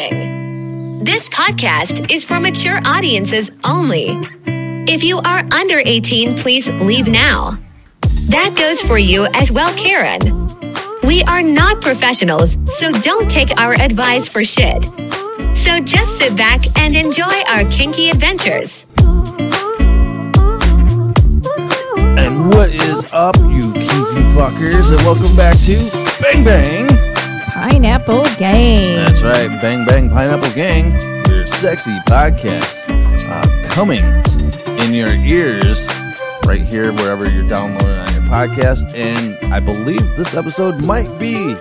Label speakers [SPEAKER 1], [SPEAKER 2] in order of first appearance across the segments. [SPEAKER 1] Warning This podcast is for mature audiences only. If you are under 18, please leave now. That goes for you as well, Karen. We are not professionals, so don't take our advice for shit. So just sit back and enjoy our kinky adventures.
[SPEAKER 2] And what is up, you kinky fuckers? And welcome back to Bang Bang.
[SPEAKER 3] Pineapple Gang.
[SPEAKER 2] That's right, Bang Bang Pineapple Gang, your sexy podcast uh, coming in your ears right here, wherever you're downloading on your podcast. And I believe this episode might be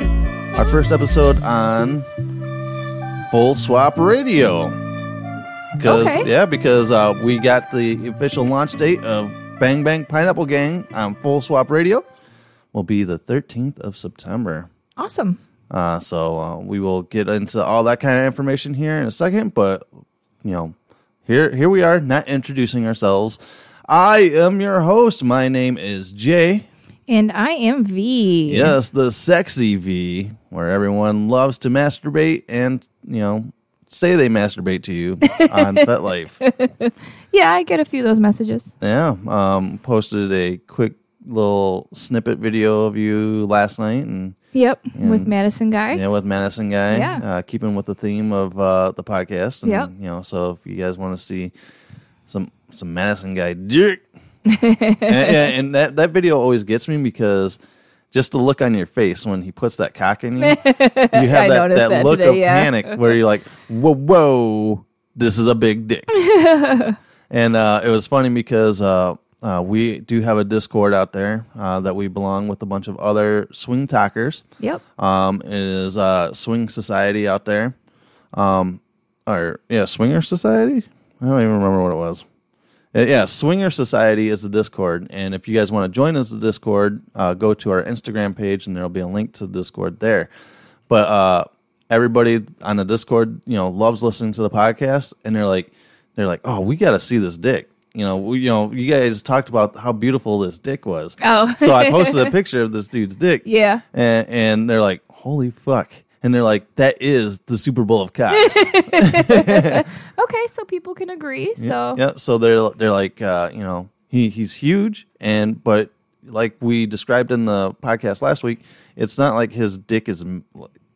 [SPEAKER 2] our first episode on Full Swap Radio. 'Cause-
[SPEAKER 3] Okay.
[SPEAKER 2] yeah, because uh, we got the official launch date of Bang Bang Pineapple Gang on Full Swap Radio. Will be the 13th of September.
[SPEAKER 3] Awesome.
[SPEAKER 2] Uh, so uh, we will get into all that kind of information here in a second, but you know, here here we are, not introducing ourselves. I am your host. My name is Jay.
[SPEAKER 3] And I am V.
[SPEAKER 2] Yes, the sexy V, where everyone loves to masturbate and you know say they masturbate to you on FetLife.
[SPEAKER 3] Yeah, I get a few of those messages.
[SPEAKER 2] Yeah, um, posted a quick little snippet video of you last night and.
[SPEAKER 3] Yep. With Madison Guy.
[SPEAKER 2] Yeah, with Madison guy.
[SPEAKER 3] Yeah.
[SPEAKER 2] Uh, keeping with the theme of uh, the podcast. And,
[SPEAKER 3] Yep.
[SPEAKER 2] You know, so if you guys want to see some some Madison guy dick, and, and- and that that video always gets me because just the look on your face when he puts that cock in you, you have that,
[SPEAKER 3] noticed
[SPEAKER 2] that,
[SPEAKER 3] that
[SPEAKER 2] look
[SPEAKER 3] today,
[SPEAKER 2] of
[SPEAKER 3] yeah.
[SPEAKER 2] panic where you're like, whoa, whoa, this is a big dick. and uh, it was funny because. Uh, uh, we do have a Discord out there uh, that we belong with a bunch of other swing talkers.
[SPEAKER 3] Yep.
[SPEAKER 2] Um, it is uh, Swing Society out there. Um, or yeah, Swinger Society. I don't even remember what it was. Uh, yeah, Swinger Society is the Discord, and if you guys want to join us the Discord, uh, go to our Instagram page, and there'll be a link to the Discord there. But uh, everybody on the Discord, you know, loves listening to the podcast, and they're like, they're like, oh, we got to see this dick. You know, we, you know, you guys talked about how beautiful this dick was.
[SPEAKER 3] Oh.
[SPEAKER 2] so I posted a picture of this dude's dick
[SPEAKER 3] Yeah.
[SPEAKER 2] and, and they're like, "Holy fuck!" And they're like, "That is the Super Bowl of cocks."
[SPEAKER 3] Okay, so people can agree. So
[SPEAKER 2] yeah, so they're they're like, uh, you know, he he's huge, and but like we described in the podcast last week, it's not like his dick is.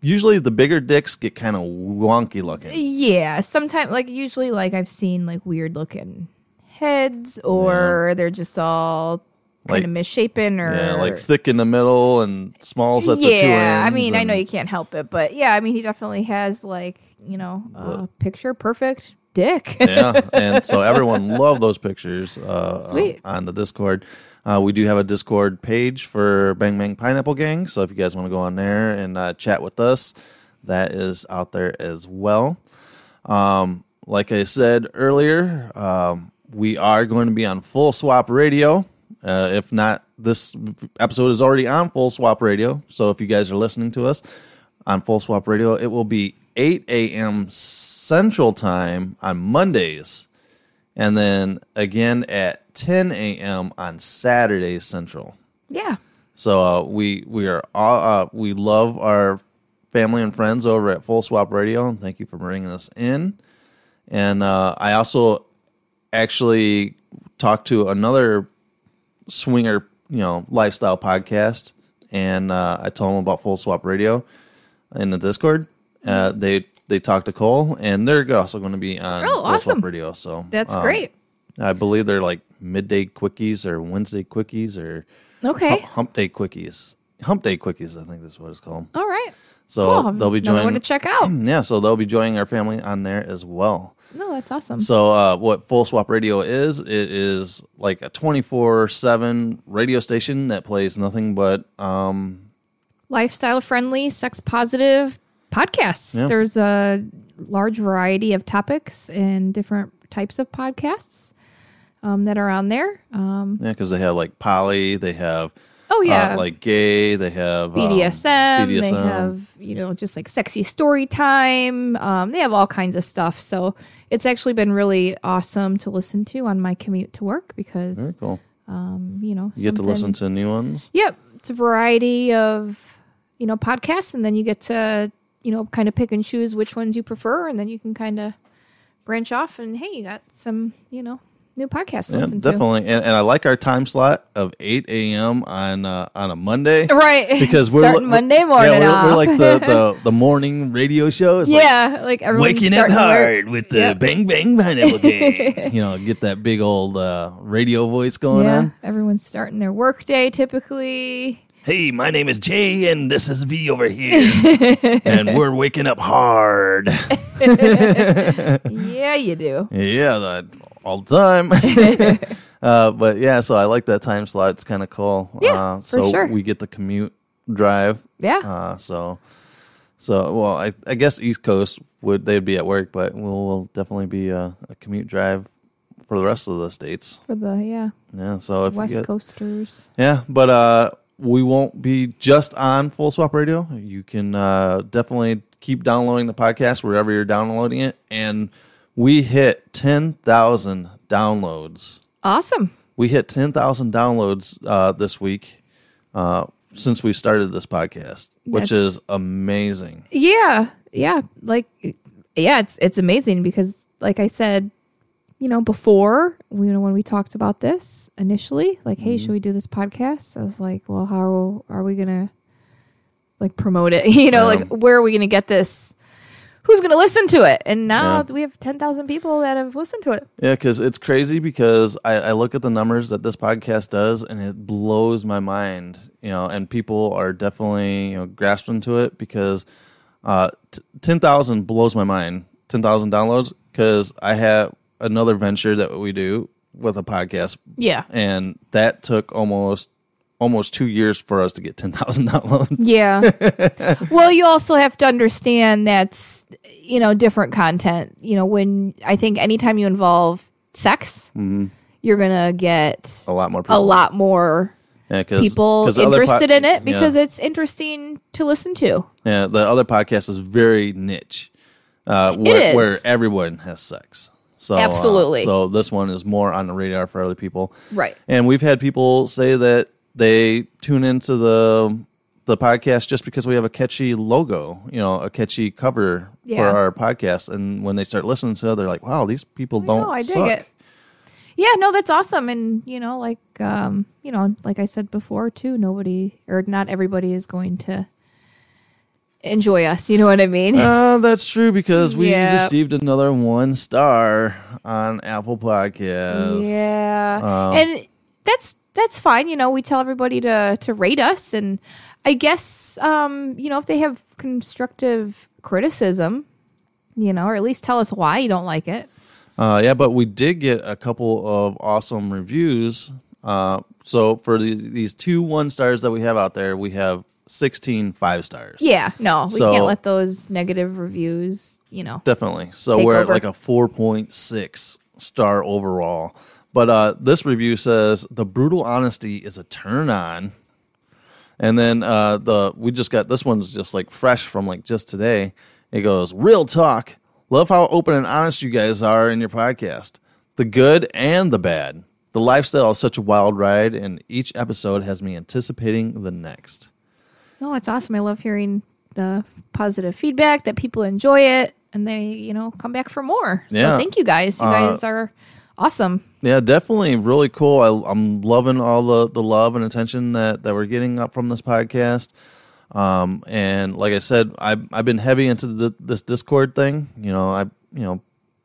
[SPEAKER 2] Usually, the bigger dicks get kind of wonky looking.
[SPEAKER 3] yeah. Sometimes like usually like I've seen like weird looking heads or they're just all kind
[SPEAKER 2] Like-
[SPEAKER 3] of misshapen or
[SPEAKER 2] Yeah, like thick in the middle and smalls at the two
[SPEAKER 3] yeah,
[SPEAKER 2] ends.
[SPEAKER 3] I mean, I
[SPEAKER 2] and-
[SPEAKER 3] know you can't help it, but yeah, I mean, he definitely has like you know a picture perfect dick.
[SPEAKER 2] yeah, and so everyone loved those pictures. Uh,
[SPEAKER 3] Sweet.
[SPEAKER 2] on the Discord, uh, we do have a Discord page for Bang Bang Pineapple Gang. So if you guys want to go on there and uh, chat with us, that is out there as well. Um, like I said earlier, um, we are going to be on Full Swap Radio. Uh, if not, this episode is already on Full Swap Radio. So if you guys are listening to us on Full Swap Radio, it will be 8 a.m. Central Time on Mondays, and then again at 10 a.m. on Saturday Central.
[SPEAKER 3] yeah.
[SPEAKER 2] So uh, we we are all uh, we love our family and friends over at Full Swap Radio, and thank you for bringing us in. And uh, I also actually talked to another swinger, you know, lifestyle podcast, and uh, I told them about Full Swap Radio in the Discord. Uh, they they talked to Cole, and they're also going to be on
[SPEAKER 3] Oh,
[SPEAKER 2] Full
[SPEAKER 3] awesome.
[SPEAKER 2] Swap Radio. So
[SPEAKER 3] That's
[SPEAKER 2] um,
[SPEAKER 3] great.
[SPEAKER 2] I believe they're like midday quickies or Wednesday quickies or
[SPEAKER 3] Okay.
[SPEAKER 2] Hump, hump day quickies. Hump day quickies, I think that's what it's called.
[SPEAKER 3] All right.
[SPEAKER 2] So
[SPEAKER 3] Cool.
[SPEAKER 2] they'll be
[SPEAKER 3] Another
[SPEAKER 2] joining.
[SPEAKER 3] one to check out.
[SPEAKER 2] Yeah, so they'll be joining our family on there as well.
[SPEAKER 3] No, that's awesome.
[SPEAKER 2] So uh, what Full Swap Radio is, it is like a twenty four seven radio station that plays nothing but um,
[SPEAKER 3] Lifestyle friendly, sex positive podcasts.
[SPEAKER 2] Yeah.
[SPEAKER 3] There's a large variety of topics and different types of podcasts um, that are on there. Um,
[SPEAKER 2] yeah, because they have like poly, they have
[SPEAKER 3] oh
[SPEAKER 2] uh,
[SPEAKER 3] yeah,
[SPEAKER 2] like gay, they have um,
[SPEAKER 3] BDSM, They
[SPEAKER 2] BDSM.
[SPEAKER 3] have you know just like sexy story time. Um, they have all kinds of stuff. So it's actually been really awesome to listen to on my commute to work because
[SPEAKER 2] Very cool.
[SPEAKER 3] you know
[SPEAKER 2] You get to
[SPEAKER 3] something-
[SPEAKER 2] listen to new ones.
[SPEAKER 3] Yep, it's a variety of you know podcasts, and then you get to you know, kind of pick and choose which ones you prefer, and then you can kind of branch off. And hey, you got some, you know, new podcasts to
[SPEAKER 2] Yeah,
[SPEAKER 3] listen to.
[SPEAKER 2] definitely. And, and I like our time slot of 8 a.m. on uh, on a Monday.
[SPEAKER 3] Right.
[SPEAKER 2] Because we're
[SPEAKER 3] Starting
[SPEAKER 2] li-
[SPEAKER 3] Monday morning
[SPEAKER 2] Yeah, we're, we're
[SPEAKER 3] off.
[SPEAKER 2] like the, the, the morning radio show. It's like
[SPEAKER 3] yeah, like, everyone's
[SPEAKER 2] waking up
[SPEAKER 3] starting to work.
[SPEAKER 2] hard with the
[SPEAKER 3] Yep.
[SPEAKER 2] bang bang pineapple game. you know, get that big old uh, radio voice going
[SPEAKER 3] Yeah,
[SPEAKER 2] on.
[SPEAKER 3] everyone's starting their work day typically.
[SPEAKER 2] Hey, my name is Jay, and this is V over here, and we're waking up hard.
[SPEAKER 3] yeah, you do.
[SPEAKER 2] Yeah, that, all the time. uh, but yeah, so I like that time slot. It's kind of cool.
[SPEAKER 3] Yeah,
[SPEAKER 2] uh,
[SPEAKER 3] for
[SPEAKER 2] so
[SPEAKER 3] sure.
[SPEAKER 2] we get the commute drive.
[SPEAKER 3] Yeah.
[SPEAKER 2] Uh, so, so well, I, I guess East Coast would they'd be at work, but we'll, we'll definitely be a, a commute drive for the rest of the states.
[SPEAKER 3] For the yeah,
[SPEAKER 2] Yeah. So if we
[SPEAKER 3] West
[SPEAKER 2] get-
[SPEAKER 3] Coasters.
[SPEAKER 2] yeah, but uh, we won't be just on Full Swap Radio. You can uh, definitely keep downloading the podcast wherever you're downloading it. And we hit 10,000 downloads.
[SPEAKER 3] Awesome.
[SPEAKER 2] We hit 10,000 downloads uh, this week uh, since we started this podcast, which
[SPEAKER 3] That's-
[SPEAKER 2] is amazing.
[SPEAKER 3] Yeah. Yeah. Like yeah, it's it's amazing because like I said, you know, before, you know, when we talked about this initially, like, hey,
[SPEAKER 2] Mm-hmm.
[SPEAKER 3] should we do this podcast? I was like, well, how are we gonna like promote it? You know,
[SPEAKER 2] Yeah.
[SPEAKER 3] like where are we gonna get this? Who's gonna listen to it? And now
[SPEAKER 2] Yeah.
[SPEAKER 3] we have ten thousand people that have listened to it.
[SPEAKER 2] Yeah, because it's crazy because I, I look at the numbers that this podcast does and it blows my mind, you know, and people are definitely, you know, grasping to it because uh, t- 10,000 blows my mind, 10,000 downloads, because I have another venture that we do with a podcast.
[SPEAKER 3] Yeah.
[SPEAKER 2] And that took almost almost two years for us to get 10,000 downloads.
[SPEAKER 3] Yeah. well, you also have to understand that's, you know, different content. You know, when I think anytime you involve sex,
[SPEAKER 2] Mm-hmm.
[SPEAKER 3] you're going to get
[SPEAKER 2] A lot more people.
[SPEAKER 3] a lot more
[SPEAKER 2] Yeah, 'cause-
[SPEAKER 3] people
[SPEAKER 2] Oh, 'cause other po-
[SPEAKER 3] interested in it
[SPEAKER 2] yeah.
[SPEAKER 3] because it's interesting to listen to.
[SPEAKER 2] Yeah, the other podcast is very niche, uh, where,
[SPEAKER 3] is.
[SPEAKER 2] where everyone has sex. So uh,
[SPEAKER 3] Absolutely.
[SPEAKER 2] so this one is more on the radar for other people,
[SPEAKER 3] Right.
[SPEAKER 2] And we've had people say that they tune into the the podcast just because we have a catchy logo, you know, a catchy cover for
[SPEAKER 3] Yeah.
[SPEAKER 2] our podcast, and when they start listening to it, they're like, "Wow, these people don't
[SPEAKER 3] I dig
[SPEAKER 2] suck."
[SPEAKER 3] it. Yeah, no, that's awesome. And, you know, like, um, you know, like I said before, too, nobody or not everybody is going to enjoy us. You know what I mean?
[SPEAKER 2] Uh, that's true because we
[SPEAKER 3] Yeah.
[SPEAKER 2] received another one star on Apple Podcasts.
[SPEAKER 3] Yeah,
[SPEAKER 2] Um,
[SPEAKER 3] and that's that's fine. You know, we tell everybody to to rate us, and I guess um, you know if they have constructive criticism, you know, or at least tell us why you don't like it.
[SPEAKER 2] Uh, yeah, but we did get a couple of awesome reviews. Uh, so for the, these two one stars that we have out there, we have 16 five stars.
[SPEAKER 3] Yeah, no, we
[SPEAKER 2] So-
[SPEAKER 3] can't let those negative reviews. You know,
[SPEAKER 2] Definitely. So
[SPEAKER 3] Take
[SPEAKER 2] we're
[SPEAKER 3] over.
[SPEAKER 2] at like a 4.6 star overall. But uh, this review says the brutal honesty is a turn on. And then uh, the we just got this one's just like fresh from like just today. It goes real talk. Love how open and honest you guys are in your podcast. The good and the bad. The lifestyle is such a wild ride, and each episode has me anticipating the next.
[SPEAKER 3] no, "Oh, it's awesome. I love hearing the positive feedback that people enjoy it and they you know come back for more.
[SPEAKER 2] Yeah. Uh,
[SPEAKER 3] So thank you guys. You guys are awesome.
[SPEAKER 2] Yeah, definitely really cool. I, I'm loving all the, the love and attention that, that we're getting up from this podcast. Um, and like I said, I've, I've been heavy into the, this Discord thing. You know, I you know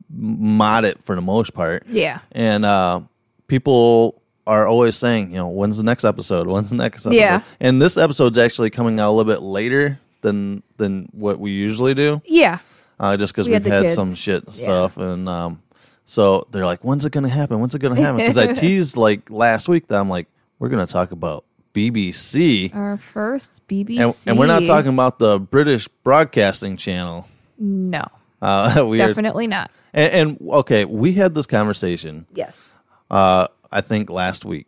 [SPEAKER 2] mod it for the most part.
[SPEAKER 3] Yeah.
[SPEAKER 2] And uh, people are always saying, you know, when's the next episode? When's the next episode?
[SPEAKER 3] Yeah.
[SPEAKER 2] And this episode's actually coming out a little bit later than than what we usually do
[SPEAKER 3] Yeah.
[SPEAKER 2] uh, just because
[SPEAKER 3] We
[SPEAKER 2] we
[SPEAKER 3] had
[SPEAKER 2] have
[SPEAKER 3] the
[SPEAKER 2] had
[SPEAKER 3] kids.
[SPEAKER 2] some shit stuff and um, so they're like when's it gonna happen when's it gonna happen because i teased like last week that i'm like we're gonna talk about bbc
[SPEAKER 3] Our first BBC,
[SPEAKER 2] and, and we're not talking about the british broadcasting channel
[SPEAKER 3] No,
[SPEAKER 2] uh, we are,
[SPEAKER 3] definitely not.
[SPEAKER 2] and, and okay we had this conversation
[SPEAKER 3] Yes.
[SPEAKER 2] uh, i think last week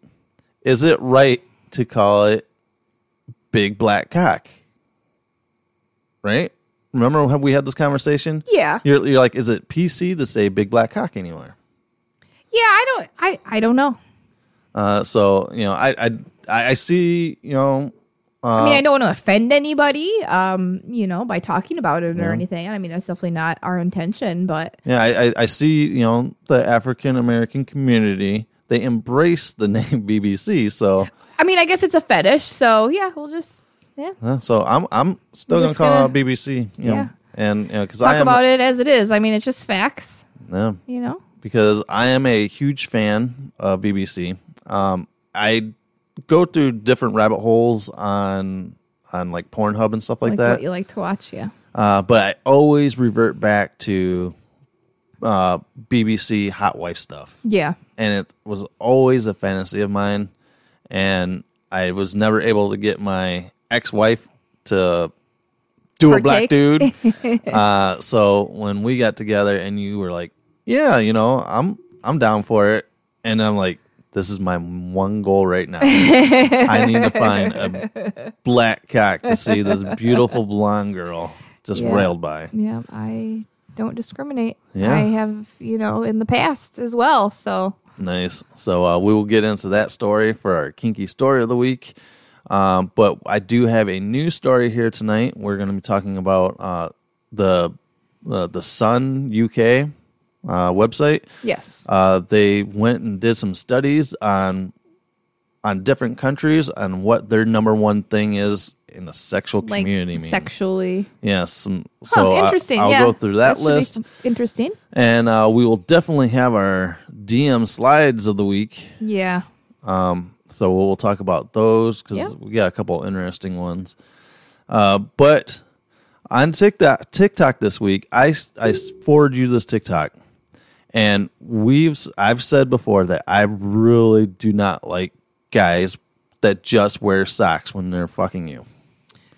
[SPEAKER 2] is it right to call it big black cock right remember how we had this conversation
[SPEAKER 3] Yeah.
[SPEAKER 2] You're, you're like, is it PC to say big black cock anymore?
[SPEAKER 3] Yeah, I don't I I don't know.
[SPEAKER 2] Uh, so you know, I, I I I see you know
[SPEAKER 3] I mean, I don't want to offend anybody, um, you know, by talking about it or anything. I mean, that's definitely not our intention, but
[SPEAKER 2] Yeah, I, I, I see, you know, the African American community, they embrace the name BBC. So
[SPEAKER 3] I mean, I guess it's a fetish. So yeah, we'll just yeah
[SPEAKER 2] uh, so I'm I'm still
[SPEAKER 3] We're
[SPEAKER 2] going to
[SPEAKER 3] just
[SPEAKER 2] call
[SPEAKER 3] gonna-
[SPEAKER 2] out BBC. You
[SPEAKER 3] Yeah.
[SPEAKER 2] Know, and because
[SPEAKER 3] talk
[SPEAKER 2] I am
[SPEAKER 3] about it as it is. I mean, it's just facts,
[SPEAKER 2] Yeah,
[SPEAKER 3] you know.
[SPEAKER 2] because I am a huge fan of BBC. Um, I go through different rabbit holes on on like Pornhub and stuff like,
[SPEAKER 3] Like
[SPEAKER 2] that.
[SPEAKER 3] what you like to watch, yeah.
[SPEAKER 2] Uh, but I always revert back to uh, BBC hot wife stuff,
[SPEAKER 3] Yeah.
[SPEAKER 2] and it was always a fantasy of mine. And I was never able to get my ex wife to do a black
[SPEAKER 3] Partake.
[SPEAKER 2] dude. uh, so when we got together, and you were like, "Yeah, you know, I'm I'm down for it," and I'm like. This is my one goal right now. I need to find a black cock to see this beautiful blonde girl just
[SPEAKER 3] Yeah.
[SPEAKER 2] railed by.
[SPEAKER 3] Yeah, I don't discriminate.
[SPEAKER 2] Yeah.
[SPEAKER 3] I have, you know, in the past as well. So
[SPEAKER 2] Nice. So uh, we will get into that story for our kinky story of the week. Um, but I do have a new story here tonight. We're going to be talking about uh, the uh, the Sun UK uh, website.
[SPEAKER 3] yes.
[SPEAKER 2] Uh, they went and did some studies on on different countries and what their number one thing is in the sexual
[SPEAKER 3] like
[SPEAKER 2] community means.
[SPEAKER 3] sexually.
[SPEAKER 2] Yes. Some, so
[SPEAKER 3] oh,
[SPEAKER 2] I-
[SPEAKER 3] interesting.
[SPEAKER 2] I'll
[SPEAKER 3] yeah.
[SPEAKER 2] go through that,
[SPEAKER 3] should be
[SPEAKER 2] list,
[SPEAKER 3] Interesting.
[SPEAKER 2] and uh, we will definitely have our DM slides of the week.
[SPEAKER 3] Yeah.
[SPEAKER 2] So we'll, we'll talk about those because
[SPEAKER 3] Yeah.
[SPEAKER 2] we got a couple interesting ones. Uh, but on TikTok, TikTok this week, I s- I s- forwarded you this TikTok, and we've s- I've said before that I really do not like guys that just wear socks when they're fucking you.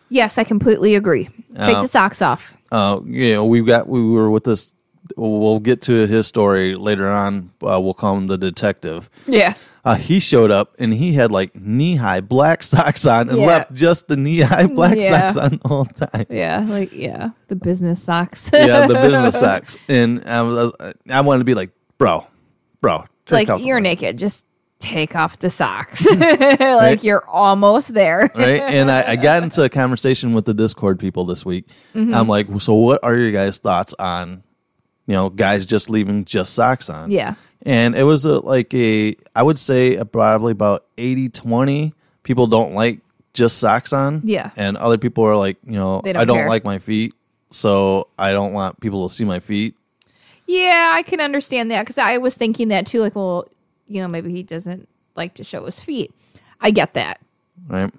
[SPEAKER 3] Yes, I completely agree. Take
[SPEAKER 2] Um,
[SPEAKER 3] the socks off.
[SPEAKER 2] uh, you know, we've got we were with this. We'll get to his story later on. Uh, we'll call him the detective.
[SPEAKER 3] Yeah.
[SPEAKER 2] Uh, he showed up and he had like knee high black socks on and
[SPEAKER 3] Yeah.
[SPEAKER 2] left just the knee high black
[SPEAKER 3] Yeah.
[SPEAKER 2] socks on the whole time.
[SPEAKER 3] Yeah. Like yeah. The business socks.
[SPEAKER 2] Yeah, the business socks. And I was, I wanted to be like, bro, bro, take
[SPEAKER 3] like
[SPEAKER 2] off the
[SPEAKER 3] you're
[SPEAKER 2] bra,"
[SPEAKER 3] naked. Just take off the socks. like you're almost there.
[SPEAKER 2] Right, and I, I got into a conversation with the Discord people this week.
[SPEAKER 3] Mm-hmm.
[SPEAKER 2] I'm like, so what are your guys' thoughts on, you know, guys just leaving just socks on?
[SPEAKER 3] Yeah.
[SPEAKER 2] and it was a, like a i would say a, probably about 80 20 people don't like just socks on
[SPEAKER 3] Yeah.
[SPEAKER 2] and other people are like you know
[SPEAKER 3] They don't
[SPEAKER 2] i don't
[SPEAKER 3] care.
[SPEAKER 2] like my feet so i don't want people to see my feet
[SPEAKER 3] Yeah, I can understand that because I was thinking that too. Like, well, you know, maybe he doesn't like to show his feet. I get that.
[SPEAKER 2] right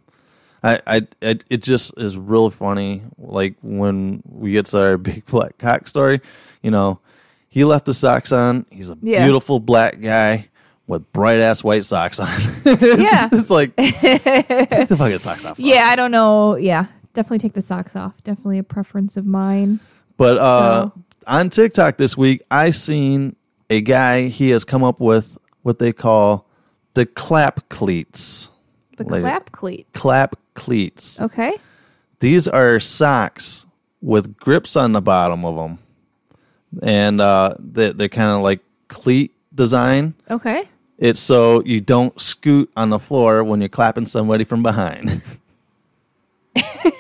[SPEAKER 2] I, I, it, it just is real funny. Like when we get to our big black cock story, you know, he left the socks on. He's a
[SPEAKER 3] Yeah.
[SPEAKER 2] beautiful black guy with bright ass white socks on. it's,
[SPEAKER 3] Yeah.
[SPEAKER 2] it's like take the fucking socks off.
[SPEAKER 3] Yeah, I don't know. Yeah, definitely take the socks off. Definitely a preference of mine.
[SPEAKER 2] But uh,
[SPEAKER 3] So-
[SPEAKER 2] on TikTok this week, I seen a guy. He has come up with what they call the clap cleats.
[SPEAKER 3] The
[SPEAKER 2] Like-
[SPEAKER 3] clap cleat.
[SPEAKER 2] Clap cleats.
[SPEAKER 3] Okay.
[SPEAKER 2] These are socks with grips on the bottom of them, and uh, they, they're kind of like cleat design.
[SPEAKER 3] Okay.
[SPEAKER 2] It's so you don't scoot on the floor when you're clapping somebody from behind.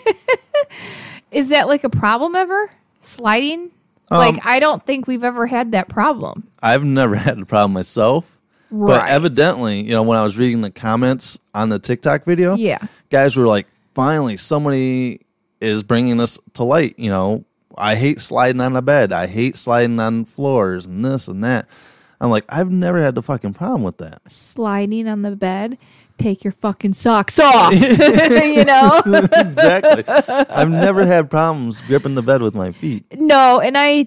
[SPEAKER 3] Is that like a problem ever? Sliding?
[SPEAKER 2] Um,
[SPEAKER 3] like, I don't think we've ever had that problem.
[SPEAKER 2] I've never had a problem myself. But
[SPEAKER 3] Right.
[SPEAKER 2] evidently, you know, when I was reading the comments on the TikTok video,
[SPEAKER 3] Yeah.
[SPEAKER 2] guys were like, finally, somebody is bringing this to light. You know, I hate sliding on the bed. I hate sliding on floors and this and that. I'm like, I've never had the fucking problem with that.
[SPEAKER 3] Sliding on the bed. Take your fucking socks off. you know?
[SPEAKER 2] exactly. I've never had problems gripping the bed with my feet.
[SPEAKER 3] No, and I,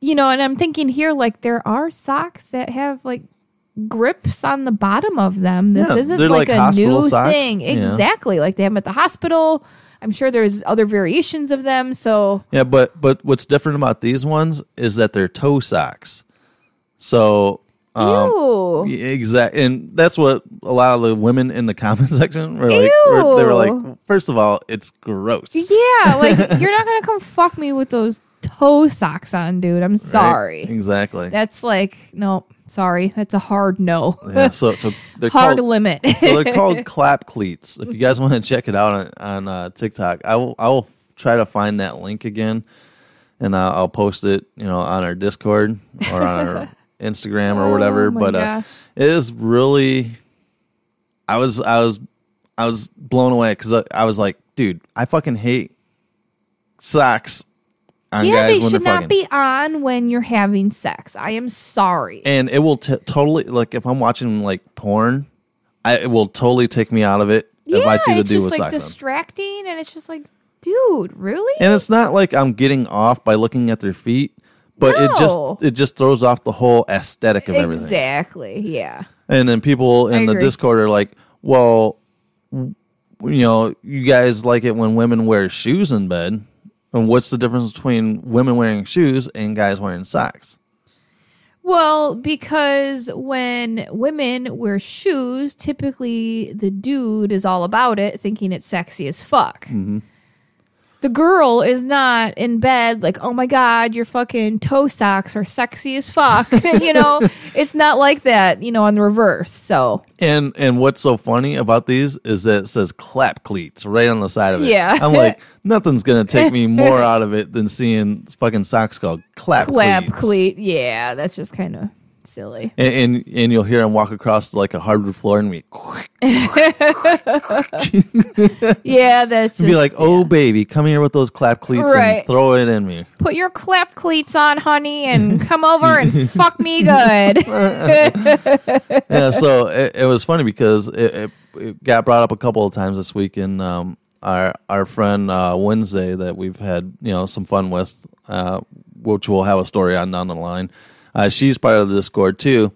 [SPEAKER 3] you know, and I'm thinking here like there are socks that have like grips on the bottom of them. This
[SPEAKER 2] Yeah,
[SPEAKER 3] isn't
[SPEAKER 2] they're
[SPEAKER 3] like,
[SPEAKER 2] like
[SPEAKER 3] a
[SPEAKER 2] hospital
[SPEAKER 3] new
[SPEAKER 2] socks.
[SPEAKER 3] thing,
[SPEAKER 2] Yeah.
[SPEAKER 3] exactly. Like they have 'em at the hospital. I'm sure there's other variations of them. So
[SPEAKER 2] Yeah, but but what's different about these ones is that they're toe socks. So
[SPEAKER 3] ew,
[SPEAKER 2] Exactly, and that's what a lot of the women in the comment section were like. were- they were
[SPEAKER 3] Ew.
[SPEAKER 2] like, first of all, it's gross.
[SPEAKER 3] yeah, like you're not gonna come fuck me with those toe socks on, dude. I'm sorry.
[SPEAKER 2] Exactly.
[SPEAKER 3] That's like no, sorry. That's a hard no.
[SPEAKER 2] yeah, so so they're
[SPEAKER 3] hard
[SPEAKER 2] called,
[SPEAKER 3] limit.
[SPEAKER 2] so they're called clap cleats. If you guys want to check it out on, on uh, TikTok, I will I will try to find that link again, and I'll, I'll post it you know on our Discord or on our Instagram or whatever.
[SPEAKER 3] Oh my
[SPEAKER 2] but uh,
[SPEAKER 3] gosh.
[SPEAKER 2] it is really, I was I was I was blown away because I, I was like, dude, I fucking hate socks on
[SPEAKER 3] yeah,
[SPEAKER 2] guys
[SPEAKER 3] they
[SPEAKER 2] when
[SPEAKER 3] should
[SPEAKER 2] they're
[SPEAKER 3] not
[SPEAKER 2] fucking.
[SPEAKER 3] be on when you're having sex. I am sorry.
[SPEAKER 2] and it will t- totally like if I'm watching like porn, I, it will totally take me out of it if I see the
[SPEAKER 3] it's
[SPEAKER 2] dude
[SPEAKER 3] just
[SPEAKER 2] with
[SPEAKER 3] like
[SPEAKER 2] socks on.
[SPEAKER 3] distracting, and it's just like, dude, really?
[SPEAKER 2] and it's not like I'm getting off by looking at their feet, but it
[SPEAKER 3] No.
[SPEAKER 2] just it just throws off the whole aesthetic of everything.
[SPEAKER 3] exactly. Yeah.
[SPEAKER 2] And then people in the
[SPEAKER 3] agree.
[SPEAKER 2] Discord are like, "Well, w- you know, you guys like it when women wear shoes in bed, and what's the difference between women wearing shoes and guys wearing socks?"
[SPEAKER 3] Well, because when women wear shoes, typically the dude is all about it, thinking it's sexy as fuck.
[SPEAKER 2] Mm-hmm.
[SPEAKER 3] The girl is not in bed like, oh my god, your fucking toe socks are sexy as fuck. you know, it's not like that. You know, on the reverse. So
[SPEAKER 2] And and what's so funny about these is that it says clap cleats right on the side of it.
[SPEAKER 3] Yeah.
[SPEAKER 2] I'm like, nothing's gonna take me more out of it than seeing fucking socks called clap
[SPEAKER 3] clap
[SPEAKER 2] cleats.
[SPEAKER 3] cleat, yeah, that's just kind of silly.
[SPEAKER 2] And, and and you'll hear him walk across like a hardwood floor and be,
[SPEAKER 3] Yeah, that's just
[SPEAKER 2] be like, oh baby, come here with those clap cleats and
[SPEAKER 3] Right.
[SPEAKER 2] throw it in me.
[SPEAKER 3] put your clap cleats on, honey, and come over and fuck me good.
[SPEAKER 2] yeah, so it, it was funny because it, it, it got brought up a couple of times this week, and um, our our friend uh, Wednesday that we've had you know some fun with, uh, which we'll have a story on down the line. Uh, she's part of the Discord too,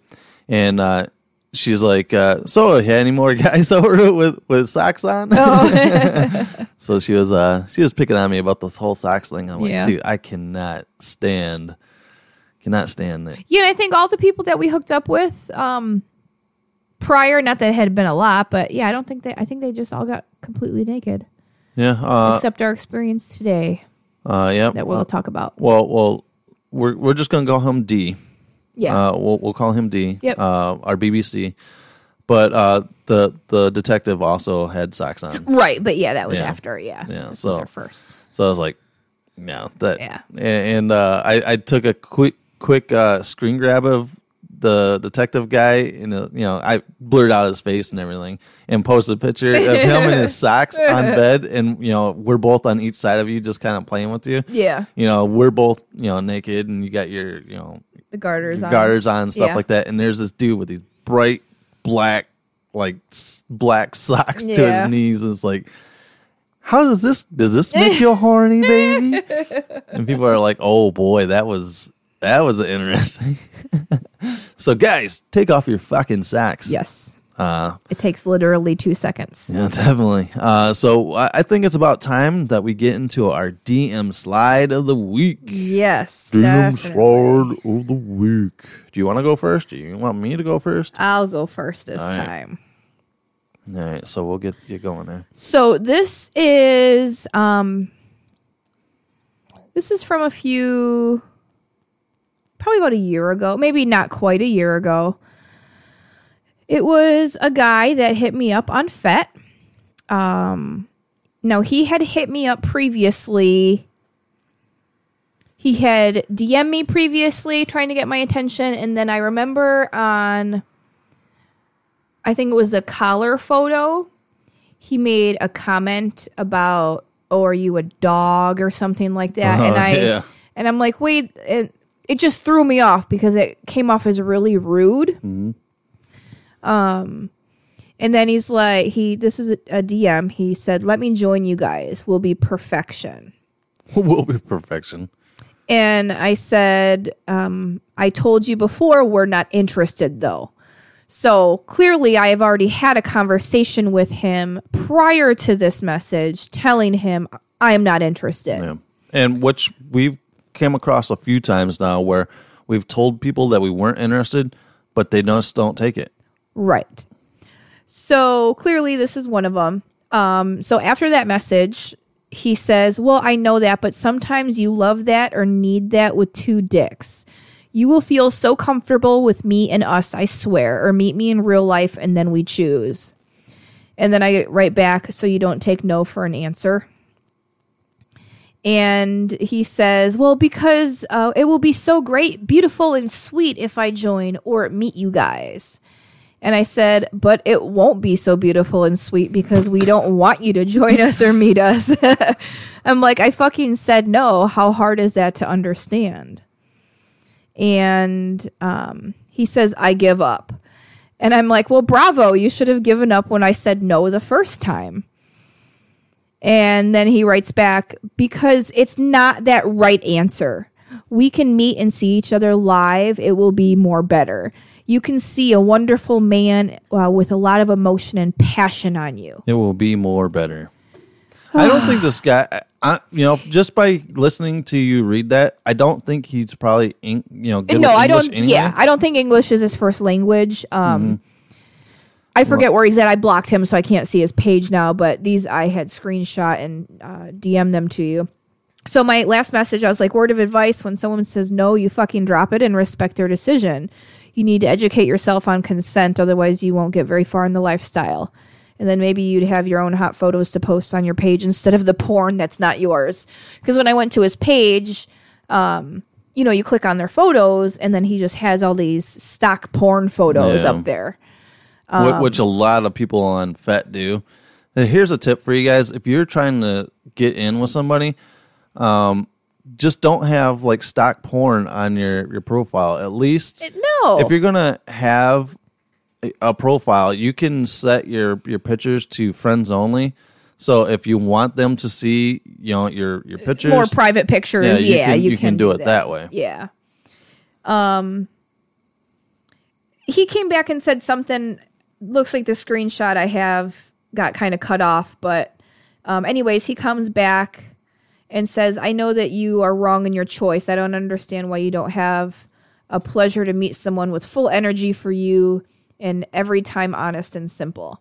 [SPEAKER 2] and uh, she's like, uh, "So, had any more guys over with with socks on?" so she was uh, she was picking on me about this whole socks thing. I'm like,
[SPEAKER 3] Yeah.
[SPEAKER 2] dude, I cannot stand, cannot stand it.
[SPEAKER 3] you know, I think all the people that we hooked up with um, prior, not that it had been a lot, but yeah, I don't think they, I think they just all got completely naked,
[SPEAKER 2] Yeah, uh,
[SPEAKER 3] except our experience today
[SPEAKER 2] uh, yeah.
[SPEAKER 3] that we'll talk about.
[SPEAKER 2] Well, well, we're we're just gonna call him D.
[SPEAKER 3] Yeah.
[SPEAKER 2] Uh, we'll we'll call him D.
[SPEAKER 3] Yep.
[SPEAKER 2] Uh, our BBC, but uh, the the detective also had socks on,
[SPEAKER 3] right. But yeah, that was
[SPEAKER 2] Yeah.
[SPEAKER 3] after. Yeah.
[SPEAKER 2] Yeah,
[SPEAKER 3] This
[SPEAKER 2] so-
[SPEAKER 3] was our first.
[SPEAKER 2] so I was like, no, that.
[SPEAKER 3] Yeah.
[SPEAKER 2] a- And uh, I I took a quick quick uh, screen grab of the detective guy and uh, you know I blurred out his face and everything and posted a picture of him and his socks on bed and you know we're both on each side of you just kind of playing with you.
[SPEAKER 3] Yeah.
[SPEAKER 2] You know, we're both, you know, naked and you got your, you know,
[SPEAKER 3] The garters on.
[SPEAKER 2] garters on and stuff
[SPEAKER 3] Yeah.
[SPEAKER 2] like that. And there's this dude with these bright black, like s- black socks to
[SPEAKER 3] Yeah.
[SPEAKER 2] his knees, and it's like, how does this does this make you horny, baby? and people are like, oh boy, that was that was interesting. so guys, take off your fucking socks.
[SPEAKER 3] Yes. it takes literally two seconds.
[SPEAKER 2] uh, Yeah, definitely. Uh, so I I think it's about time that we get into our DM slide of the week.
[SPEAKER 3] Yes.
[SPEAKER 2] DM
[SPEAKER 3] definitely.
[SPEAKER 2] slide of the week. Do you want to go first? Do you want me to go first?
[SPEAKER 3] I'll go first this
[SPEAKER 2] right.
[SPEAKER 3] time.
[SPEAKER 2] All right, so we'll get you going there.
[SPEAKER 3] So this is um this is from a few probably about a year ago, maybe not quite a year ago. It was a guy that hit me up on FET. Um no, Um, he had hit me up previously. He had DM'd me previously trying to get my attention and then I remember on I think it was the collar photo he made a comment about oh are you a dog or something like that and
[SPEAKER 2] Uh-huh,
[SPEAKER 3] i
[SPEAKER 2] yeah.
[SPEAKER 3] and i'm like wait it, it just threw me off because it came off as really rude
[SPEAKER 2] Mm-hmm.
[SPEAKER 3] um and then he's like he this is a, a dm he said let me join you guys we'll be perfection
[SPEAKER 2] we'll be perfection.
[SPEAKER 3] and I said, um, I told you before we're not interested though. So clearly, I have already had a conversation with him prior to this message telling him I am not interested.
[SPEAKER 2] Yeah. And which we've came across a few times now where we've told people that we weren't interested, but they just don't take it.
[SPEAKER 3] Right. So clearly, this is one of them. Um, so after that message, he says, Well, I know that, but sometimes you love that or need that with two dicks. You will feel so comfortable with me and us, I swear, or meet me in real life and then we choose. And then I get right back, so you don't take no for an answer. And he says, Well, because uh, it will be so great, beautiful, and sweet if I join or meet you guys. And I said, But it won't be so beautiful and sweet because we don't want you to join us or meet us. I'm like, I fucking said no. How hard is that to understand? And um, he says, I give up. And I'm like, Well, bravo. You should have given up when I said no the first time. And then he writes back, because it's not that right answer. We can meet and see each other live. It will be more better. You can see a wonderful man uh, with a lot of emotion and passion on you.
[SPEAKER 2] It will be more better. I don't think this guy. I, I, you know, just by listening to you read that, I don't think he's probably in, you know. Good
[SPEAKER 3] no,
[SPEAKER 2] with
[SPEAKER 3] I
[SPEAKER 2] English
[SPEAKER 3] don't.
[SPEAKER 2] Anyway. Mm-hmm.
[SPEAKER 3] Yeah, I don't think English is his first language. Um, I forget where he's at. I blocked him, so I can't see his page now. But these I had screenshot and uh, DM them to you. So my last message, I was like, word of advice: when someone says no, you fucking drop it and respect their decision. You need to educate yourself on consent, otherwise you won't get very far in the lifestyle. And then maybe you'd have your own hot photos to post on your page instead of the porn that's not yours. Because when I went to his page, um, you know, you click on their photos, and then he just has all these stock porn photos
[SPEAKER 2] Yeah.
[SPEAKER 3] up there. Um,
[SPEAKER 2] Wh- which a lot of people on FET do. Uh, Here's a tip for you guys: if you're trying to get in with somebody, um, just don't have like stock porn on your your profile. At least,
[SPEAKER 3] no.
[SPEAKER 2] If you're gonna have a- a profile, you can set your your pictures to friends only. So if you want them to see, you know, your your pictures,
[SPEAKER 3] Uh, More private pictures. Yeah,
[SPEAKER 2] Yeah, you can-
[SPEAKER 3] you
[SPEAKER 2] you can do it that way.
[SPEAKER 3] Yeah. Um, he came back and said something. Looks like the screenshot I have got kind of cut off, but um, anyways, he comes back and says, "I know that you are wrong in your choice. I don't understand why you don't have a pleasure to meet someone with full energy for you and every time honest and simple."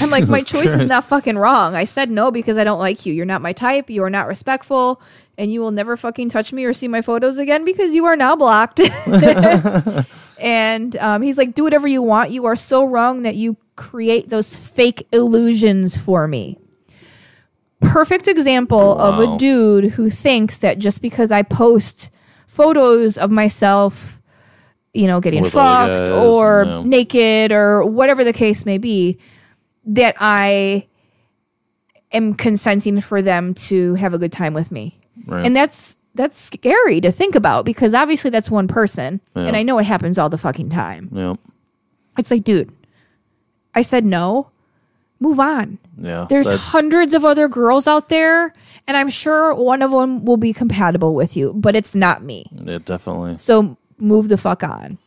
[SPEAKER 3] I'm like, my choice is not fucking wrong. I said no because I don't like you. You're not my type. You are not respectful, and you will never fucking touch me or see my photos again because you are now blocked. and um, he's like, do whatever you want. You are so wrong that you create those fake illusions for me. Perfect example of
[SPEAKER 2] Wow.
[SPEAKER 3] a dude who thinks that just because I post photos of myself, you know, getting
[SPEAKER 2] With all the guys,
[SPEAKER 3] fucked or
[SPEAKER 2] yeah.
[SPEAKER 3] naked or whatever the case may be, that I am consenting for them to have a good time with me.
[SPEAKER 2] Right.
[SPEAKER 3] And that's that's scary to think about because obviously that's one person and I know it happens all the fucking time.
[SPEAKER 2] yeah,
[SPEAKER 3] It's like, dude, I said no. Move on.
[SPEAKER 2] yeah,
[SPEAKER 3] There's
[SPEAKER 2] that-
[SPEAKER 3] hundreds of other girls out there and I'm sure one of them will be compatible with you, but it's not me.
[SPEAKER 2] yeah, definitely.
[SPEAKER 3] So move the fuck on.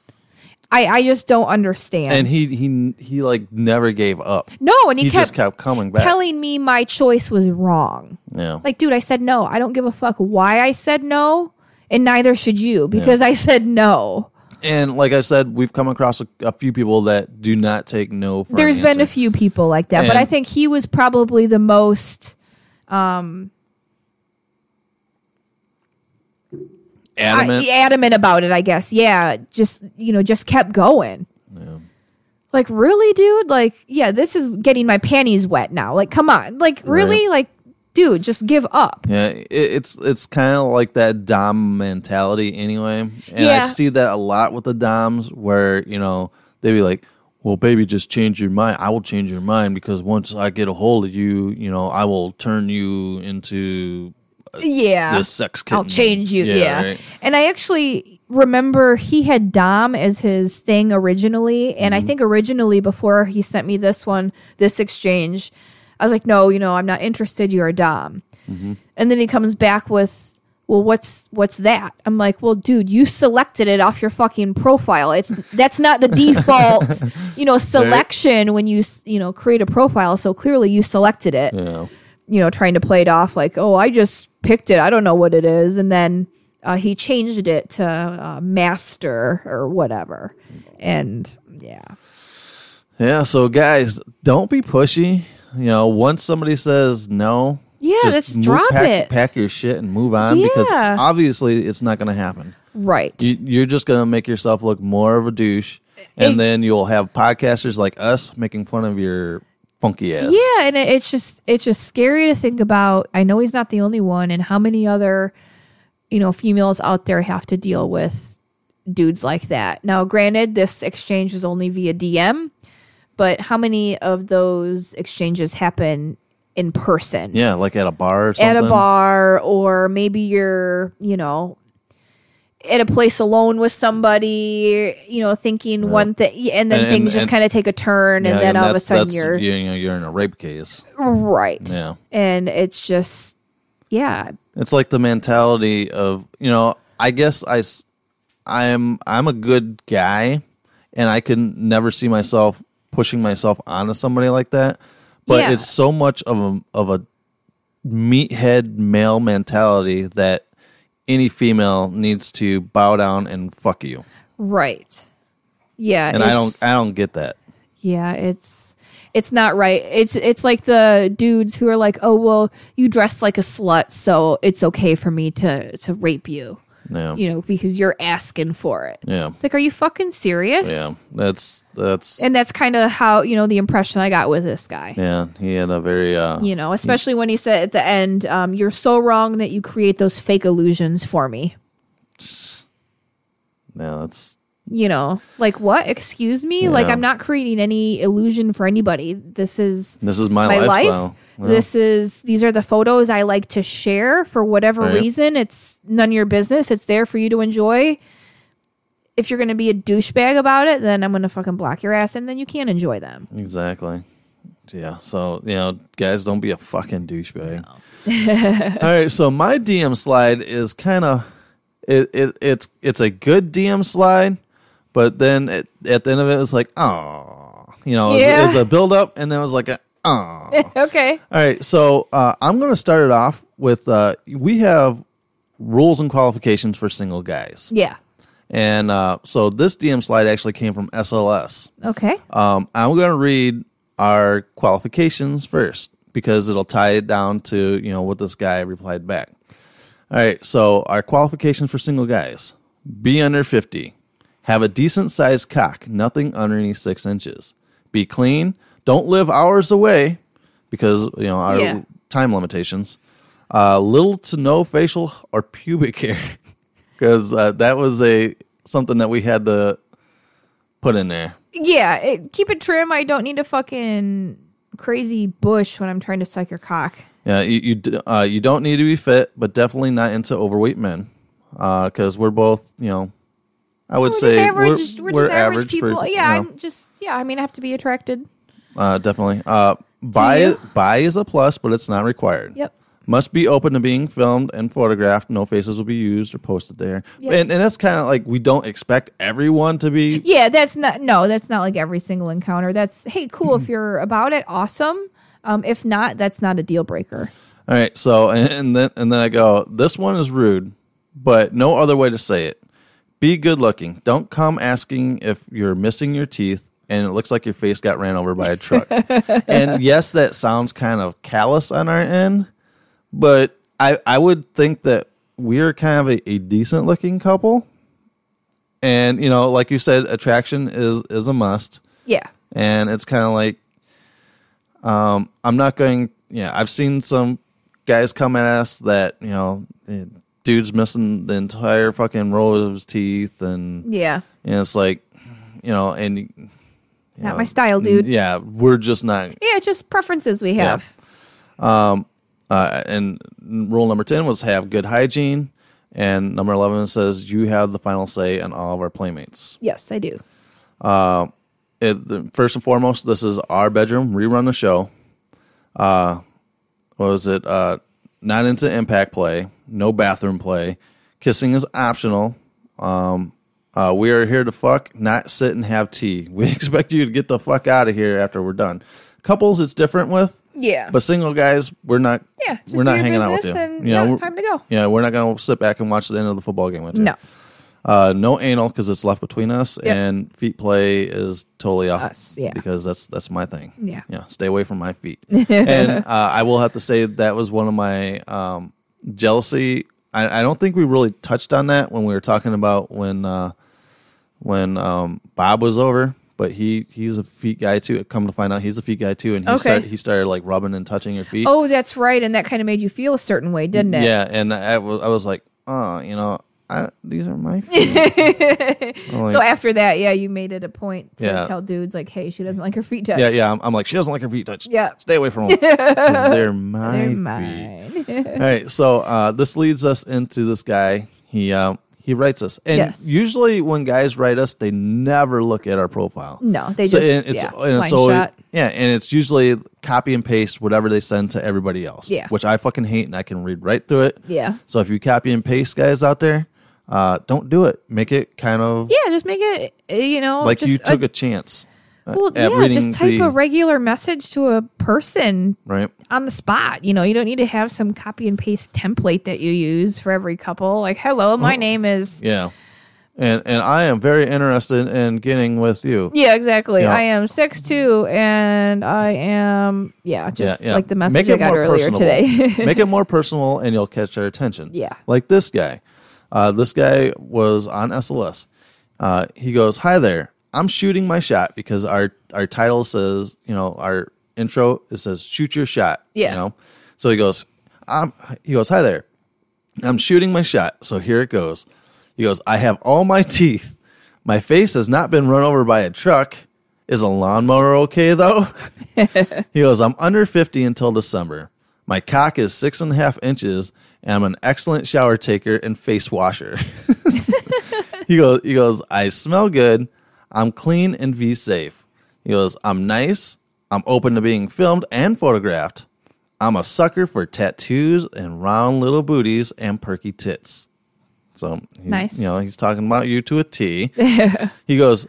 [SPEAKER 3] I I just don't understand.
[SPEAKER 2] And he he he like never gave up.
[SPEAKER 3] no, and he,
[SPEAKER 2] he
[SPEAKER 3] kept
[SPEAKER 2] just kept coming back.
[SPEAKER 3] telling me my choice was wrong.
[SPEAKER 2] yeah,
[SPEAKER 3] Like, dude, I said no. I don't give a fuck why I said no, and neither should you because I said no.
[SPEAKER 2] and like I said, we've come across a, a few people that do not take no. For an
[SPEAKER 3] There's been a
[SPEAKER 2] answer.
[SPEAKER 3] few people like that, but
[SPEAKER 2] And-
[SPEAKER 3] I think he was probably the most. I-
[SPEAKER 2] adamant.
[SPEAKER 3] adamant about it, I guess. Yeah, just you know, just kept going. Like really, dude? Like, yeah, this is getting my panties wet now. Like, come on. Like, really? Like, dude, just give up.
[SPEAKER 2] Yeah, it, it's it's kind of like that dom mentality anyway, and
[SPEAKER 3] Yeah.
[SPEAKER 2] I see that a lot with the doms where you know they be like, "Well, baby, just change your mind. I will change your mind because once I get a hold of you, you know, I will turn you into
[SPEAKER 3] Yeah.
[SPEAKER 2] this sex kitten.
[SPEAKER 3] I'll change you. Yeah.
[SPEAKER 2] right.
[SPEAKER 3] And I actually remember he had Dom as his thing originally. And I think originally before he sent me this one, this exchange, I was like, no, you know, I'm not interested. You're a Dom. And then he comes back with, well, what's what's that? I'm like, well, dude, you selected it off your fucking profile. It's that's not the default, you know, selection when you s- you know create a profile. So clearly, you selected it
[SPEAKER 2] Yeah.
[SPEAKER 3] you know, trying to play it off like, oh, I just picked it. I don't know what it is. And then uh, he changed it to uh, master or whatever. And yeah.
[SPEAKER 2] Yeah, so guys, don't be pushy. You know, once somebody says no,
[SPEAKER 3] Yeah. Yeah,
[SPEAKER 2] just
[SPEAKER 3] just
[SPEAKER 2] move-
[SPEAKER 3] drop
[SPEAKER 2] pack,
[SPEAKER 3] it.
[SPEAKER 2] Pack your shit and move on because
[SPEAKER 3] Yeah.
[SPEAKER 2] obviously it's not going to happen.
[SPEAKER 3] Right.
[SPEAKER 2] You, you're just going to make yourself look more of a douche, and
[SPEAKER 3] It-
[SPEAKER 2] then you'll have podcasters like us making fun of your funky ass.
[SPEAKER 3] Yeah, and it, it's just it's just scary to think about. I know he's not the only one, and how many other you know females out there have to deal with dudes like that. Now, granted, this exchange was only via DM, but how many of those exchanges happen in person?
[SPEAKER 2] Yeah, like at a bar or
[SPEAKER 3] at
[SPEAKER 2] something.
[SPEAKER 3] a bar or maybe you're you know at a place alone with somebody you know thinking one thing and then
[SPEAKER 2] And-
[SPEAKER 3] things
[SPEAKER 2] and-
[SPEAKER 3] just
[SPEAKER 2] and-
[SPEAKER 3] kind of take a turn
[SPEAKER 2] Yeah,
[SPEAKER 3] and then all of a
[SPEAKER 2] that's-
[SPEAKER 3] sudden
[SPEAKER 2] that's-
[SPEAKER 3] you're
[SPEAKER 2] you know, you're in a rape case.
[SPEAKER 3] right
[SPEAKER 2] Yeah.
[SPEAKER 3] and it's just yeah
[SPEAKER 2] It's like the mentality of you know. I guess I, s- I'm I'm a good guy, and I can never see myself pushing myself onto somebody like that. But
[SPEAKER 3] Yeah.
[SPEAKER 2] it's so much of a of a meathead male mentality that any female needs to bow down and fuck you.
[SPEAKER 3] right yeah
[SPEAKER 2] And I don't
[SPEAKER 3] it's-
[SPEAKER 2] I don't get that.
[SPEAKER 3] yeah it's it's not right it's it's like the dudes who are like oh well you dressed like a slut so it's okay for me to to rape you
[SPEAKER 2] Yeah.
[SPEAKER 3] you know because you're asking for it
[SPEAKER 2] Yeah.
[SPEAKER 3] It's like, are you fucking serious?
[SPEAKER 2] Yeah. That's that's
[SPEAKER 3] And that's kind of how, you know, the impression I got with this guy.
[SPEAKER 2] yeah. He had a very uh
[SPEAKER 3] You know, especially when he said at the end, um, you're so wrong that you create those fake illusions for me.
[SPEAKER 2] yeah. That's
[SPEAKER 3] You know, like what? Excuse me? Like,
[SPEAKER 2] Yeah.
[SPEAKER 3] I'm not creating any illusion for anybody. This is
[SPEAKER 2] this is my,
[SPEAKER 3] my life.
[SPEAKER 2] lifestyle.
[SPEAKER 3] This is these are the photos I like to share for whatever
[SPEAKER 2] Right.
[SPEAKER 3] reason. It's none of your business. It's there for you to enjoy. If you're going to be a douchebag about it, then I'm going to fucking block your ass and then you can't enjoy them.
[SPEAKER 2] Exactly. Yeah. So, you know, guys, don't be a fucking douchebag. All right. So my DM slide is kind of it, it it's it's a good DM slide, but then it, at the end of it, it's like oh, you know, it's
[SPEAKER 3] Yeah.
[SPEAKER 2] it's a build up, and then it was like oh.
[SPEAKER 3] Okay.
[SPEAKER 2] All right, so uh, I'm going to start it off with uh, we have rules and qualifications for single guys,
[SPEAKER 3] Yeah.
[SPEAKER 2] and uh, so this DM slide actually came from SLS.
[SPEAKER 3] Okay.
[SPEAKER 2] Um, I'm going to read our qualifications first because it'll tie it down to you know what this guy replied back. All right, so our qualifications for single guys: be under 50, have a decent sized cock, nothing underneath six inches, be clean, don't live hours away because you know our
[SPEAKER 3] Yeah.
[SPEAKER 2] time limitations. Uh, little to no facial or pubic hair because uh, that was a something that we had to put in there.
[SPEAKER 3] Yeah. It, keep it trim. I don't need a fucking crazy bush when I'm trying to suck your cock.
[SPEAKER 2] Yeah, you you, d- uh, you don't need to be fit, but definitely not into overweight men, because we're both you know, I would
[SPEAKER 3] We're
[SPEAKER 2] say
[SPEAKER 3] just average. We're,
[SPEAKER 2] we're,
[SPEAKER 3] just average,
[SPEAKER 2] for-
[SPEAKER 3] people. yeah.
[SPEAKER 2] you know,
[SPEAKER 3] I'm just. Yeah. I mean, I have to be attracted.
[SPEAKER 2] uh, definitely. Uh, buy
[SPEAKER 3] you?
[SPEAKER 2] buy is a plus, but it's not required.
[SPEAKER 3] Yep.
[SPEAKER 2] Must be open to being filmed and photographed. No faces will be used or posted there.
[SPEAKER 3] Yep.
[SPEAKER 2] And, and that's kind of like we don't expect everyone to be.
[SPEAKER 3] Yeah. That's not. No. That's not like every single encounter. That's hey, cool. if you're about it, awesome. Um, if not, that's not a deal breaker.
[SPEAKER 2] All right. So and, and then and then I go. This one is rude, but no other way to say it. Be good looking. Don't come asking if you're missing your teeth and it looks like your face got ran over by a truck. and yes, that sounds kind of callous on our end, but I, I would think that we're kind of a, a decent looking couple. And, you know, like you said, attraction is, is a must.
[SPEAKER 3] Yeah.
[SPEAKER 2] And it's kind of like, um, I'm not going, yeah, I've seen some guys come at us that, you know, eh, dude's missing the entire fucking row of his teeth and
[SPEAKER 3] Yeah.
[SPEAKER 2] and it's like you know and you
[SPEAKER 3] Not
[SPEAKER 2] know,
[SPEAKER 3] my style, dude. Mm,
[SPEAKER 2] yeah
[SPEAKER 3] Yeah.
[SPEAKER 2] we're just not
[SPEAKER 3] It's just preferences we have.
[SPEAKER 2] uh, and rule number 10 was have good hygiene and number 11 says you have the final say on all of our playmates
[SPEAKER 3] Yes, I do.
[SPEAKER 2] it, the, first and foremost this is our bedroom rerun the show uh what was it uh not into impact play no bathroom play kissing is optional um uh, we are here to fuck, not sit and have tea. We expect you to get the fuck out of here after we're done. Couples, it's different with.
[SPEAKER 3] Yeah.
[SPEAKER 2] But single guys, we're not.
[SPEAKER 3] Yeah, just
[SPEAKER 2] we're
[SPEAKER 3] do
[SPEAKER 2] not
[SPEAKER 3] your
[SPEAKER 2] hanging out with you.
[SPEAKER 3] business and,
[SPEAKER 2] You know,
[SPEAKER 3] yeah,
[SPEAKER 2] we're-
[SPEAKER 3] time to go.
[SPEAKER 2] Yeah, we're not going to sit back and watch the end of the football game with you.
[SPEAKER 3] no.
[SPEAKER 2] Uh, no anal because it's left between us, and feet play is totally off
[SPEAKER 3] Us, yeah.
[SPEAKER 2] because that's that's my thing.
[SPEAKER 3] Yeah.
[SPEAKER 2] yeah. Stay away from my feet. and uh, I will have to say that was one of my um, jealousy. I, I don't think we really touched on that when we were talking about when uh, when um, Bob was over, but he he's a feet guy too. Come to find out, he's a feet guy too, and he
[SPEAKER 3] Okay.
[SPEAKER 2] started he started like rubbing and touching your feet.
[SPEAKER 3] Oh, that's right, and that kind of made you feel a certain way, didn't it?
[SPEAKER 2] Yeah, and I was, I was like, oh, you know, I, these are my feet. I'm like,
[SPEAKER 3] So after that, yeah, you made it a point to
[SPEAKER 2] Yeah.
[SPEAKER 3] tell dudes like, "Hey, she doesn't like her feet touched."
[SPEAKER 2] yeah, yeah. I'm, I'm like, she doesn't like her feet touched.
[SPEAKER 3] Yeah.
[SPEAKER 2] stay away from them because they're my
[SPEAKER 3] They're
[SPEAKER 2] feet.
[SPEAKER 3] mine.
[SPEAKER 2] All right, so uh, this leads us into this guy. He um, he writes us, and
[SPEAKER 3] Yes.
[SPEAKER 2] usually when guys write us, they never look at our profile.
[SPEAKER 3] No, they
[SPEAKER 2] So,
[SPEAKER 3] just
[SPEAKER 2] and it's,
[SPEAKER 3] yeah,
[SPEAKER 2] and it's
[SPEAKER 3] blind
[SPEAKER 2] always-
[SPEAKER 3] shot.
[SPEAKER 2] yeah, and it's usually copy and paste whatever they send to everybody else.
[SPEAKER 3] Yeah.
[SPEAKER 2] which I fucking hate, and I can read right through it.
[SPEAKER 3] Yeah.
[SPEAKER 2] So if you copy and paste guys out there, uh, don't do it. Make it kind of
[SPEAKER 3] Yeah, just make it uh, you know
[SPEAKER 2] like you
[SPEAKER 3] just
[SPEAKER 2] took a, chance,
[SPEAKER 3] well,
[SPEAKER 2] at
[SPEAKER 3] yeah,
[SPEAKER 2] reading
[SPEAKER 3] just type
[SPEAKER 2] the-
[SPEAKER 3] a regular message to a person
[SPEAKER 2] right?
[SPEAKER 3] on the spot. You know, you don't need to have some copy and paste template that you use for every couple. Like, hello,
[SPEAKER 2] Oh.
[SPEAKER 3] my name is.
[SPEAKER 2] Yeah. And and I am very interested in getting with you.
[SPEAKER 3] Yeah, exactly.
[SPEAKER 2] Yeah.
[SPEAKER 3] I am six two, and I am yeah, just like the message I got earlier
[SPEAKER 2] personable.
[SPEAKER 3] today.
[SPEAKER 2] Make it more personal, and you'll catch their attention.
[SPEAKER 3] Yeah.
[SPEAKER 2] like this guy. Uh, this guy was on SLS. Uh, he goes, "Hi there. I'm shooting my shot because our our title says, you know, our intro it says shoot your shot.
[SPEAKER 3] Yeah.
[SPEAKER 2] You know, so he goes, I'm. He goes, "Hi there. I'm shooting my shot. So here it goes. He goes, I have all my teeth. My face has not been run over by a truck. Is a lawnmower okay though? he goes, I'm under 50 until December. My cock is six and a half inches, and I'm an excellent shower taker and face washer. he goes, he goes, I smell good. I'm clean and V safe. He goes, I'm nice. I'm open to being filmed and photographed. I'm a sucker for tattoos and round little booties and perky tits. So he's,
[SPEAKER 3] Nice.
[SPEAKER 2] you know, he's talking about you to a T. he goes,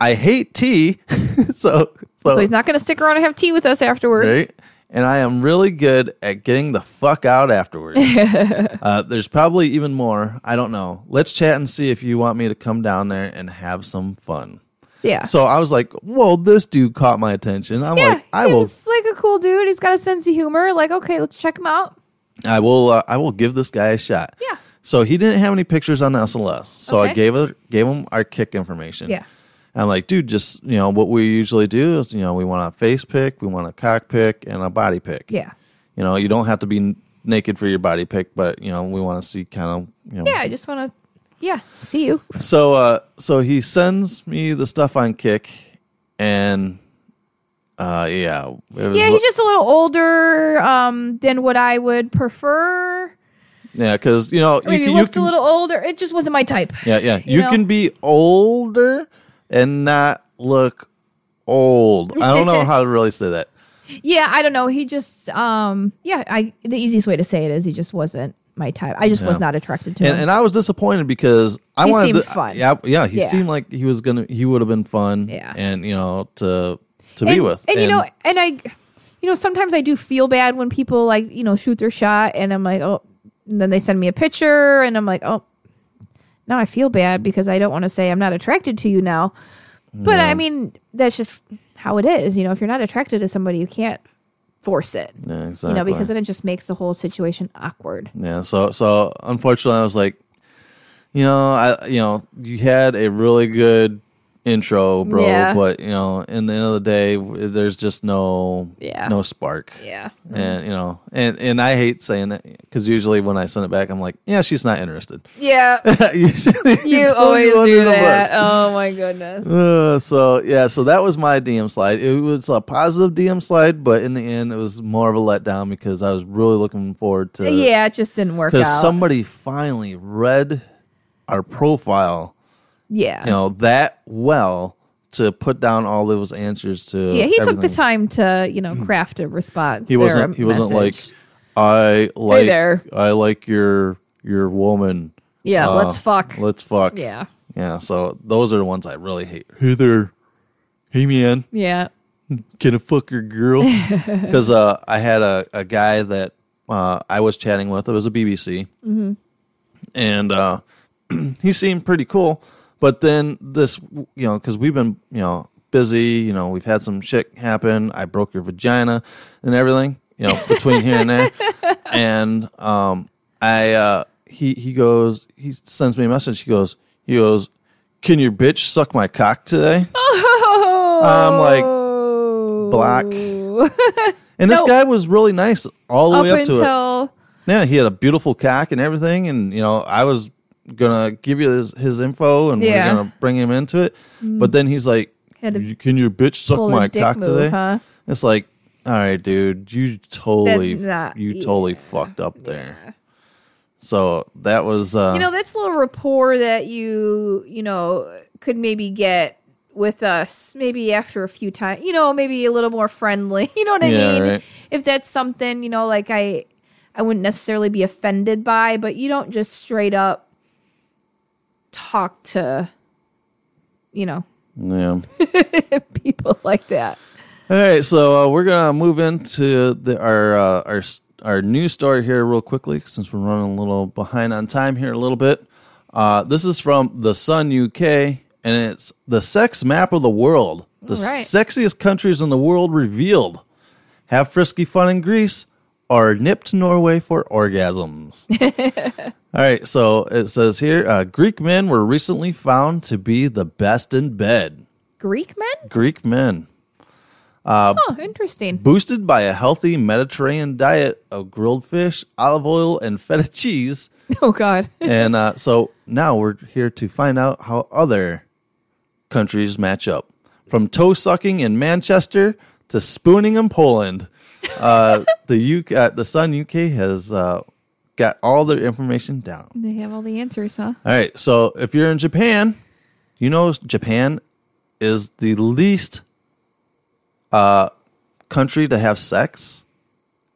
[SPEAKER 2] I hate tea. so,
[SPEAKER 3] so he's not going to stick around and have tea with us afterwards.
[SPEAKER 2] Right? And I am really good at getting the fuck out afterwards. uh, there's probably even more. I don't know. Let's chat and see if you want me to come down there and have some fun.
[SPEAKER 3] Yeah.
[SPEAKER 2] So I was like, whoa, this dude caught my attention. I'm
[SPEAKER 3] yeah,
[SPEAKER 2] like, I will,
[SPEAKER 3] seems like a cool dude. He's got a sense of humor. Like, okay, let's check him out.
[SPEAKER 2] I will, uh, I will give this guy a shot.
[SPEAKER 3] Yeah.
[SPEAKER 2] So he didn't have any pictures on the SLS. So I
[SPEAKER 3] Okay.
[SPEAKER 2] gave her, gave him our kick information.
[SPEAKER 3] Yeah.
[SPEAKER 2] I'm like, dude, just you know what we usually do is you know we want a face pick, we want a cock pick, and a body pick.
[SPEAKER 3] Yeah.
[SPEAKER 2] You know, you don't have to be n- naked for your body pick, but you know, we want to see kind of, you know.
[SPEAKER 3] Yeah, I just want to. Yeah, see you.
[SPEAKER 2] So, uh, so he sends me the stuff on Kick, and uh, yeah, it was
[SPEAKER 3] Yeah,
[SPEAKER 2] li-
[SPEAKER 3] he's just a little older um, than what I would prefer.
[SPEAKER 2] yeah, because you know, you
[SPEAKER 3] Maybe
[SPEAKER 2] can, you
[SPEAKER 3] looked
[SPEAKER 2] can
[SPEAKER 3] a little older. It just wasn't my type.
[SPEAKER 2] yeah, yeah,
[SPEAKER 3] you
[SPEAKER 2] you
[SPEAKER 3] know?
[SPEAKER 2] can be older and not look old. I don't know how to really say that.
[SPEAKER 3] Yeah, I don't know. He just, um, yeah, I. The easiest way to say it is he just wasn't my type. I just was not attracted to
[SPEAKER 2] and,
[SPEAKER 3] him.
[SPEAKER 2] and I was disappointed because I
[SPEAKER 3] He
[SPEAKER 2] wanted
[SPEAKER 3] seemed
[SPEAKER 2] the-
[SPEAKER 3] fun.
[SPEAKER 2] Yeah, yeah, he
[SPEAKER 3] Yeah.
[SPEAKER 2] seemed like he was gonna he would have been fun.
[SPEAKER 3] Yeah.
[SPEAKER 2] and you know to to be
[SPEAKER 3] and,
[SPEAKER 2] with.
[SPEAKER 3] and, you know, and I, you know, sometimes I do feel bad when people like you know shoot their shot, and I'm like, oh, and then they send me a picture, and I'm like, oh, now I feel bad because I don't want to say I'm not attracted to you now, but I mean that's just how it is. You know, if you're not attracted to somebody, you can't force it.
[SPEAKER 2] yeah, exactly.
[SPEAKER 3] You know, because then it just makes the whole situation awkward.
[SPEAKER 2] yeah, so so unfortunately, I was like, you know, I you know you had a really good intro, bro,
[SPEAKER 3] Yeah.
[SPEAKER 2] but you know, in the end of the day, w- there's just no
[SPEAKER 3] Yeah.
[SPEAKER 2] no spark.
[SPEAKER 3] Yeah.
[SPEAKER 2] And you know, and and I hate saying that because usually when I send it back, I'm like, yeah, she's not interested.
[SPEAKER 3] Yeah.
[SPEAKER 2] usually,
[SPEAKER 3] You
[SPEAKER 2] totally
[SPEAKER 3] always do
[SPEAKER 2] under the
[SPEAKER 3] that.
[SPEAKER 2] bus.
[SPEAKER 3] Oh my goodness.
[SPEAKER 2] Uh, so yeah, so that was my DM slide. It was a positive DM slide, but in the end, it was more of a letdown because I was really looking forward to
[SPEAKER 3] yeah, it just didn't work out.
[SPEAKER 2] because somebody finally read our profile,
[SPEAKER 3] yeah.
[SPEAKER 2] you know, that well to put down all those answers to
[SPEAKER 3] Yeah, he took the
[SPEAKER 2] everything. Mm.
[SPEAKER 3] time to you know craft a response.
[SPEAKER 2] He
[SPEAKER 3] or
[SPEAKER 2] wasn't
[SPEAKER 3] a
[SPEAKER 2] he wasn't like
[SPEAKER 3] message.
[SPEAKER 2] I like
[SPEAKER 3] there.
[SPEAKER 2] I like your your woman.
[SPEAKER 3] yeah,
[SPEAKER 2] Uh,
[SPEAKER 3] let's fuck.
[SPEAKER 2] Let's fuck.
[SPEAKER 3] yeah,
[SPEAKER 2] Yeah. So those are the ones I really hate. Hey there. Hey man.
[SPEAKER 3] yeah,
[SPEAKER 2] can I fuck your girl? Because uh, I had a, a guy that uh, I was chatting with. It was a BBC, and uh, he seemed pretty cool. But then this, you know, because we've been, you know, busy. You know, we've had some shit happen. I broke your vagina and everything. You know, between here and there. And um, I uh, he he goes. He sends me a message. He goes. He goes. Can your bitch suck my cock today? I'm like
[SPEAKER 3] Oh.
[SPEAKER 2] block. And this
[SPEAKER 3] No.
[SPEAKER 2] guy was really nice all the
[SPEAKER 3] Up
[SPEAKER 2] way up to it.
[SPEAKER 3] until
[SPEAKER 2] Yeah, he had a beautiful cock and everything, and you know, I was gonna give you his, his info and
[SPEAKER 3] Yeah. Mm.
[SPEAKER 2] we are gonna bring him into it, but then he's like,
[SPEAKER 3] Had to
[SPEAKER 2] "You- "Can your bitch suck
[SPEAKER 3] pull a
[SPEAKER 2] my
[SPEAKER 3] dick
[SPEAKER 2] cock
[SPEAKER 3] move,
[SPEAKER 2] today?"
[SPEAKER 3] huh?
[SPEAKER 2] It's like, all right, dude, you totally,
[SPEAKER 3] That's not- e
[SPEAKER 2] you totally fucked up there. So that was, uh,
[SPEAKER 3] you know that's a little rapport that you you know could maybe get with us maybe after a few times you know maybe a little more friendly you know what i
[SPEAKER 2] Yeah,
[SPEAKER 3] mean
[SPEAKER 2] right.
[SPEAKER 3] if that's something you know like i i wouldn't necessarily be offended by but you don't just straight up talk to you know
[SPEAKER 2] yeah.
[SPEAKER 3] people like that
[SPEAKER 2] All right, so uh, we're gonna move into the, our uh, our s- our news story here real quickly since we're running a little behind on time here a little bit. Uh, this is from the Sun UK, and it's the sex map of the world. The
[SPEAKER 3] All right.
[SPEAKER 2] sexiest countries in the world revealed. Have frisky fun in Greece, or nip to Norway for orgasms. All right, so it says here uh, Greek men were recently found to be the best in bed.
[SPEAKER 3] greek men
[SPEAKER 2] Greek men
[SPEAKER 3] oh interesting
[SPEAKER 2] boosted by a healthy Mediterranean diet of grilled fish, olive oil, and feta cheese.
[SPEAKER 3] oh god
[SPEAKER 2] and uh, so now we're here to find out how other countries match up. From toe sucking in Manchester to spooning in Poland, uh, the UK, uh, the Sun UK has uh, got all their information down.
[SPEAKER 3] they have all the answers huh
[SPEAKER 2] All right. So if you're in Japan, you know Japan is the least uh, country to have sex.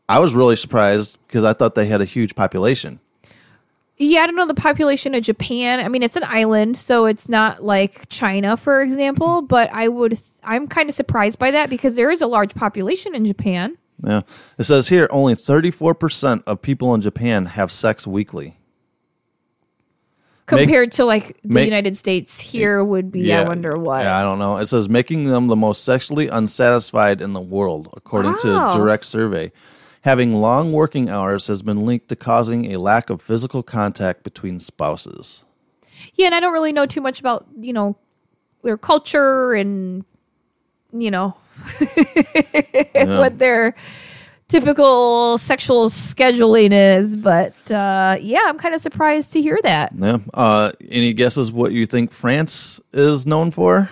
[SPEAKER 2] I was really surprised because I thought they had a huge population.
[SPEAKER 3] Yeah, I don't know the population of Japan. I mean, it's an island, so it's not like China, for example. But I would, I'm kind of surprised by that because there is a large population in Japan.
[SPEAKER 2] Yeah. It says here only 34% of people in Japan have sex weekly.
[SPEAKER 3] Compared to like the
[SPEAKER 2] make-
[SPEAKER 3] United States, here would be, I wonder what.
[SPEAKER 2] Yeah, I don't know. It says making them the most sexually unsatisfied in the world, according
[SPEAKER 3] Wow.
[SPEAKER 2] to direct survey. Having long working hours has been linked to causing a lack of physical contact between spouses.
[SPEAKER 3] Yeah, and I don't really know too much about, you know, their culture and, you know, what their typical sexual scheduling is. But uh, yeah, I'm kind of surprised to hear that.
[SPEAKER 2] Yeah. Uh, any guesses what you think France is known for?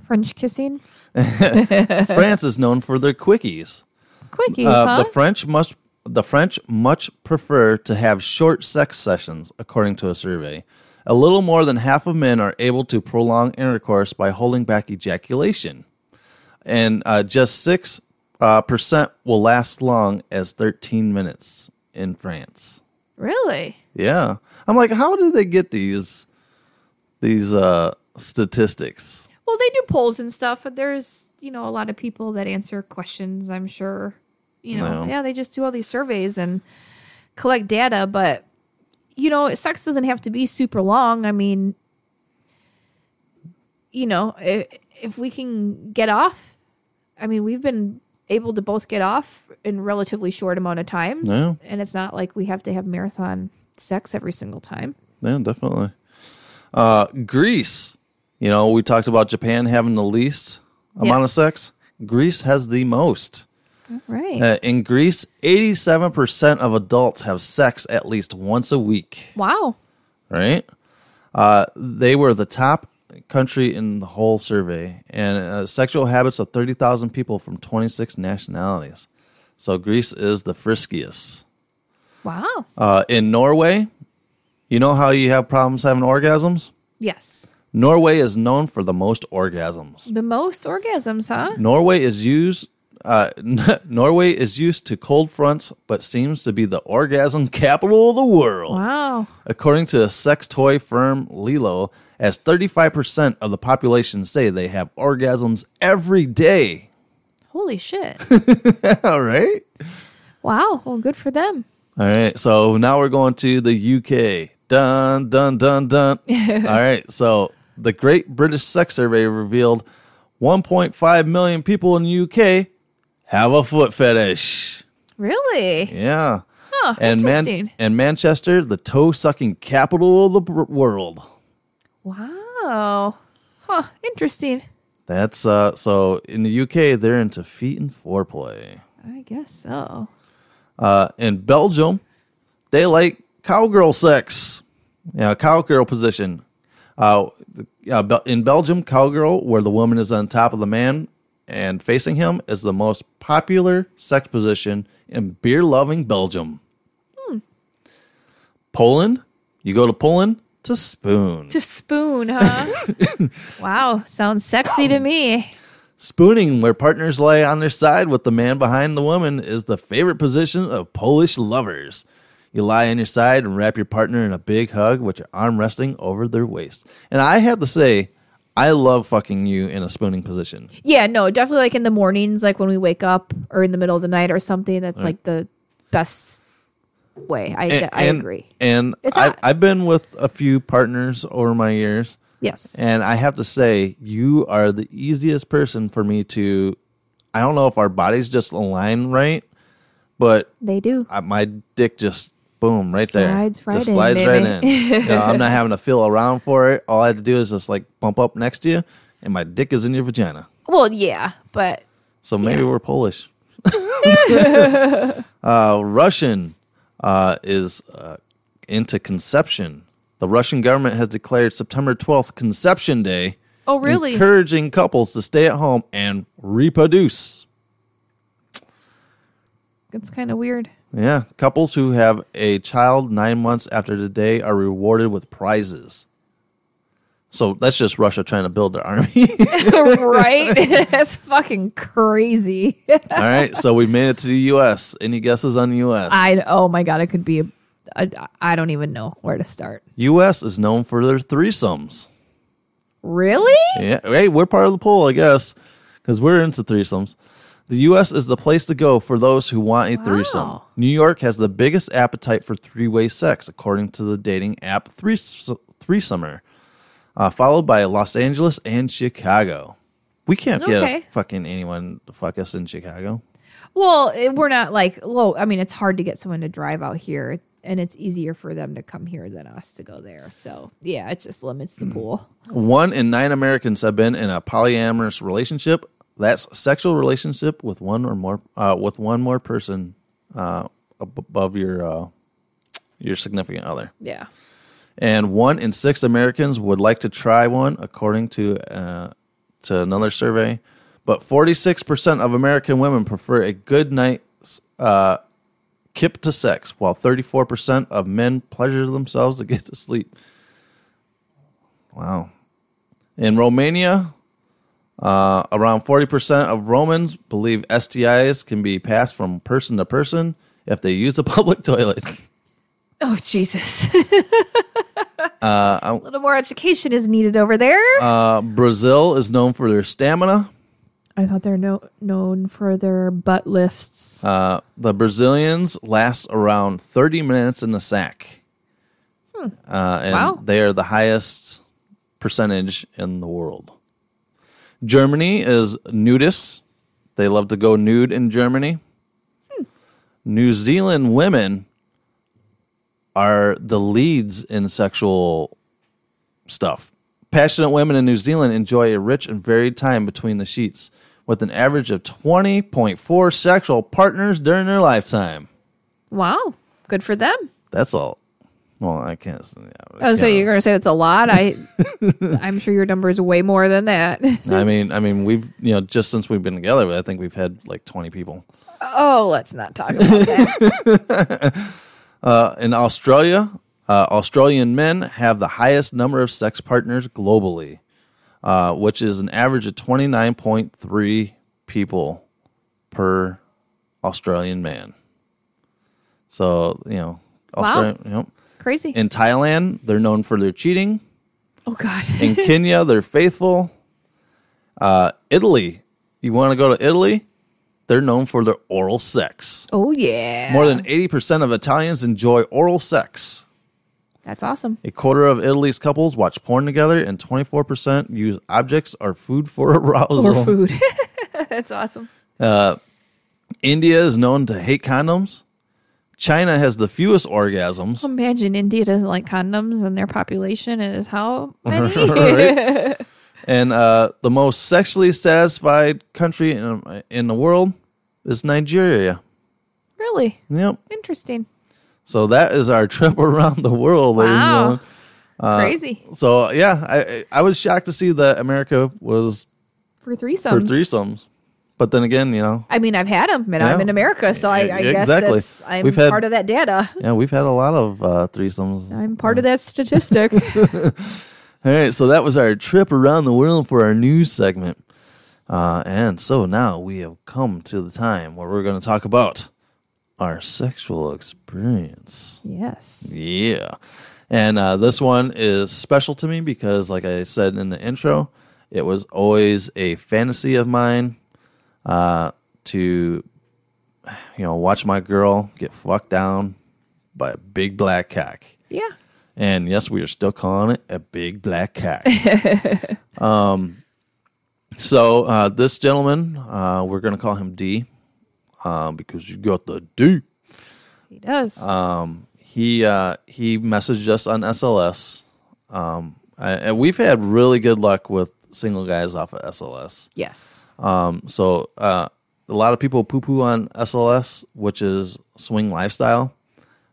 [SPEAKER 3] French kissing.
[SPEAKER 2] France is known for their quickies.
[SPEAKER 3] Quickies,
[SPEAKER 2] Uh,
[SPEAKER 3] huh?
[SPEAKER 2] The French must the French much prefer to have short sex sessions, according to a survey. A little more than half of men are able to prolong intercourse by holding back ejaculation, and uh, just six uh, percent will last long as thirteen minutes in France.
[SPEAKER 3] Really?
[SPEAKER 2] Yeah, I'm like, how do they get these these uh, statistics?
[SPEAKER 3] Well, they do polls and stuff, but there's, you know, a lot of people that answer questions, I'm sure. You know,
[SPEAKER 2] No.
[SPEAKER 3] yeah, they just do all these surveys and collect data, but you know, sex doesn't have to be super long. I mean, you know, if, if we can get off, I mean, we've been able to both get off in relatively short amount of times,
[SPEAKER 2] Yeah.
[SPEAKER 3] and it's not like we have to have marathon sex every single time.
[SPEAKER 2] Yeah, definitely. Uh, Greece. You know, we talked about Japan having the least amount of
[SPEAKER 3] Yes.
[SPEAKER 2] sex. Greece has the most.
[SPEAKER 3] Right.
[SPEAKER 2] Uh, in Greece, 87% of adults have sex at least once a week,
[SPEAKER 3] wow.
[SPEAKER 2] right? Uh, they were the top country in the whole survey, and uh, sexual habits of 30,000 people from 26 nationalities. So Greece is the friskiest.
[SPEAKER 3] Wow.
[SPEAKER 2] Uh, in Norway, you know how you have problems having orgasms?
[SPEAKER 3] Yes.
[SPEAKER 2] Norway is known for the most orgasms.
[SPEAKER 3] The most orgasms, huh?
[SPEAKER 2] Norway is used. Uh, Norway is used to cold fronts, but seems to be the orgasm capital of the world,
[SPEAKER 3] Wow.
[SPEAKER 2] according to a sex toy firm Lilo. As 35% of the population say they have orgasms every day.
[SPEAKER 3] Holy shit.
[SPEAKER 2] All right.
[SPEAKER 3] wow. Well, good for them.
[SPEAKER 2] All right. So now we're going to the UK. Dun dun dun dun. All right. So the Great British Sex Survey revealed 1.5 million people in the UK have a foot fetish.
[SPEAKER 3] Really?
[SPEAKER 2] Yeah.
[SPEAKER 3] Huh,
[SPEAKER 2] and
[SPEAKER 3] interesting.
[SPEAKER 2] and Manchester, the toe sucking capital of the br- world.
[SPEAKER 3] Wow. Huh. Interesting.
[SPEAKER 2] That's uh so in the UK they're into feet and foreplay.
[SPEAKER 3] I guess so.
[SPEAKER 2] Uh in Belgium, they like cowgirl sex. Yeah, cowgirl position. Uh, the, uh Bel- in Belgium, cowgirl where the woman is on top of the man and facing him is the most popular sex position in beer-loving Belgium. Poland, you go to Poland to spoon.
[SPEAKER 3] To spoon, huh? wow. Sounds sexy to me.
[SPEAKER 2] Spooning, where partners lie on their side with the man behind the woman, is the favorite position of Polish lovers. You lie on your side and wrap your partner in a big hug with your arm resting over their waist. And I have to say, I love fucking you in a spooning position.
[SPEAKER 3] Yeah, no, definitely like in the mornings, like when we wake up or in the middle of the night or something, that's like the best way. I,
[SPEAKER 2] And-
[SPEAKER 3] I
[SPEAKER 2] and-
[SPEAKER 3] agree.
[SPEAKER 2] And
[SPEAKER 3] It's
[SPEAKER 2] I,
[SPEAKER 3] hot.
[SPEAKER 2] I've been with a few partners over my years,
[SPEAKER 3] Yes.
[SPEAKER 2] and I have to say, you are the easiest person for me to. I don't know if our bodies just align right, but
[SPEAKER 3] they do.
[SPEAKER 2] I, my dick just boom right there,
[SPEAKER 3] Slides right
[SPEAKER 2] just
[SPEAKER 3] in,
[SPEAKER 2] slides right in.
[SPEAKER 3] baby.
[SPEAKER 2] You know, I'm not having to feel around for it. All I had to do is just like bump up next to you, and my dick is in your vagina.
[SPEAKER 3] Well, yeah, but
[SPEAKER 2] So maybe we're Polish. uh, Russian uh, is uh, into conception. The Russian government has declared September 12th Conception Day,
[SPEAKER 3] oh, really?
[SPEAKER 2] encouraging couples to stay at home and reproduce.
[SPEAKER 3] That's kind of weird.
[SPEAKER 2] Yeah, couples who have a child nine months after the day are rewarded with prizes. So that's just Russia trying to build their army.
[SPEAKER 3] right? That's fucking crazy.
[SPEAKER 2] All right, so we made it to the U.S. Any guesses on the U.S.?
[SPEAKER 3] I oh my god, it could be. A, I, I don't even know where to start.
[SPEAKER 2] U.S. is known for their threesomes.
[SPEAKER 3] Really?
[SPEAKER 2] Yeah, hey, we're part of the pool, I guess, because we're into threesomes. The U.S. is the place to go for those who want a threesome.
[SPEAKER 3] Wow.
[SPEAKER 2] New York has the biggest appetite for three-way sex, according to the dating app Threes- Threesomer, uh, followed by Los Angeles and Chicago. We can't get a
[SPEAKER 3] Okay.
[SPEAKER 2] fucking anyone to fuck us in Chicago.
[SPEAKER 3] Well, it, we're not like low. I mean, it's hard to get someone to drive out here, and it's easier for them to come here than us to go there. So yeah, it just limits the pool.
[SPEAKER 2] One in nine Americans have been in a polyamorous relationship. That's a sexual relationship with one or more uh, with one more person uh, ab- above your uh, your significant other.
[SPEAKER 3] Yeah.
[SPEAKER 2] And one in six Americans would like to try one, according to uh, to another survey. But forty six percent of American women prefer a good night's uh, kip to sex, while thirty four percent of men pleasure themselves to get to sleep. Wow. In Romania, uh, around 40% of Romans believe STIs can be passed from person to person if they use a public toilet.
[SPEAKER 3] Oh Jesus.
[SPEAKER 2] Uh,
[SPEAKER 3] a little more education is needed over there.
[SPEAKER 2] Uh, Brazil is known for their stamina.
[SPEAKER 3] I thought they're no, known for their butt lifts.
[SPEAKER 2] Uh, the Brazilians last around 30 minutes in the sack. Uh, and
[SPEAKER 3] Hmm. Wow.
[SPEAKER 2] they are the highest percentage in the world. Germany is nudists. They love to go nude in Germany.
[SPEAKER 3] Hmm.
[SPEAKER 2] New Zealand women are the leads in sexual stuff. Passionate women in New Zealand enjoy a rich and varied time between the sheets, with an average of 20.4 sexual partners during their lifetime.
[SPEAKER 3] wow, good for them.
[SPEAKER 2] That's all. Well, I can't. Yeah, I
[SPEAKER 3] Oh, so
[SPEAKER 2] can't-
[SPEAKER 3] you're gonna say that's a lot? I, I'm sure your number is way more than that.
[SPEAKER 2] I mean, I mean, we've you know just since we've been together, I think we've had like 20 people.
[SPEAKER 3] Oh, let's not talk about that.
[SPEAKER 2] Uh, in Australia, uh, Australian men have the highest number of sex partners globally, uh, which is an average of 29.3 people per Australian man. So, you know, Australia, you know.
[SPEAKER 3] Crazy.
[SPEAKER 2] in Thailand, they're known for their cheating.
[SPEAKER 3] oh God.
[SPEAKER 2] In Kenya, they're faithful. Uh, Italy, you want to go to Italy? They're known for their oral sex.
[SPEAKER 3] Oh yeah.
[SPEAKER 2] More than 80% of Italians enjoy oral sex.
[SPEAKER 3] That's awesome.
[SPEAKER 2] A quarter of Italy's couples watch porn together, and 24% use objects or food for arousal.
[SPEAKER 3] Or food. That's awesome.
[SPEAKER 2] India is known to hate condoms. China has the fewest orgasms.
[SPEAKER 3] Imagine India doesn't like condoms and their population is how many?
[SPEAKER 2] Right? and uh, the most sexually satisfied country in, in the world is Nigeria.
[SPEAKER 3] really?
[SPEAKER 2] Yep.
[SPEAKER 3] Interesting.
[SPEAKER 2] So that is our trip around the world. ladies and
[SPEAKER 3] Wow.
[SPEAKER 2] gentlemen. Uh,
[SPEAKER 3] Crazy.
[SPEAKER 2] So yeah, I I I was shocked to see that America was
[SPEAKER 3] For threesomes.
[SPEAKER 2] for threesomes, but then again, you know,
[SPEAKER 3] I mean, I've had them and I'm
[SPEAKER 2] Yeah.
[SPEAKER 3] in America, so I, I
[SPEAKER 2] E-
[SPEAKER 3] guess
[SPEAKER 2] exactly.
[SPEAKER 3] that's, I'm
[SPEAKER 2] We've had-
[SPEAKER 3] part of that data.
[SPEAKER 2] yeah, we've had a lot of uh, threesomes.
[SPEAKER 3] I'm part of that statistic.
[SPEAKER 2] All right, so that was our trip around the world for our news segment. Uh, and so now we have come to the time where we're going to talk about our sexual experience.
[SPEAKER 3] yes.
[SPEAKER 2] Yeah. And uh, this one is special to me because, like I said in the intro, it was always a fantasy of mine uh, to, you know, watch my girl get fucked down by a big black cock.
[SPEAKER 3] Yeah.
[SPEAKER 2] And yes, we are still calling it a big black cock. um, so uh, this gentleman, uh, we're going to call him D uh, because you got the D.
[SPEAKER 3] He does.
[SPEAKER 2] Uh, He uh, he messaged us on SLS. Um, I, and we've had really good luck with single guys off of SLS.
[SPEAKER 3] yes.
[SPEAKER 2] Um, so uh, a lot of people poo poo on SLS, which is swing lifestyle.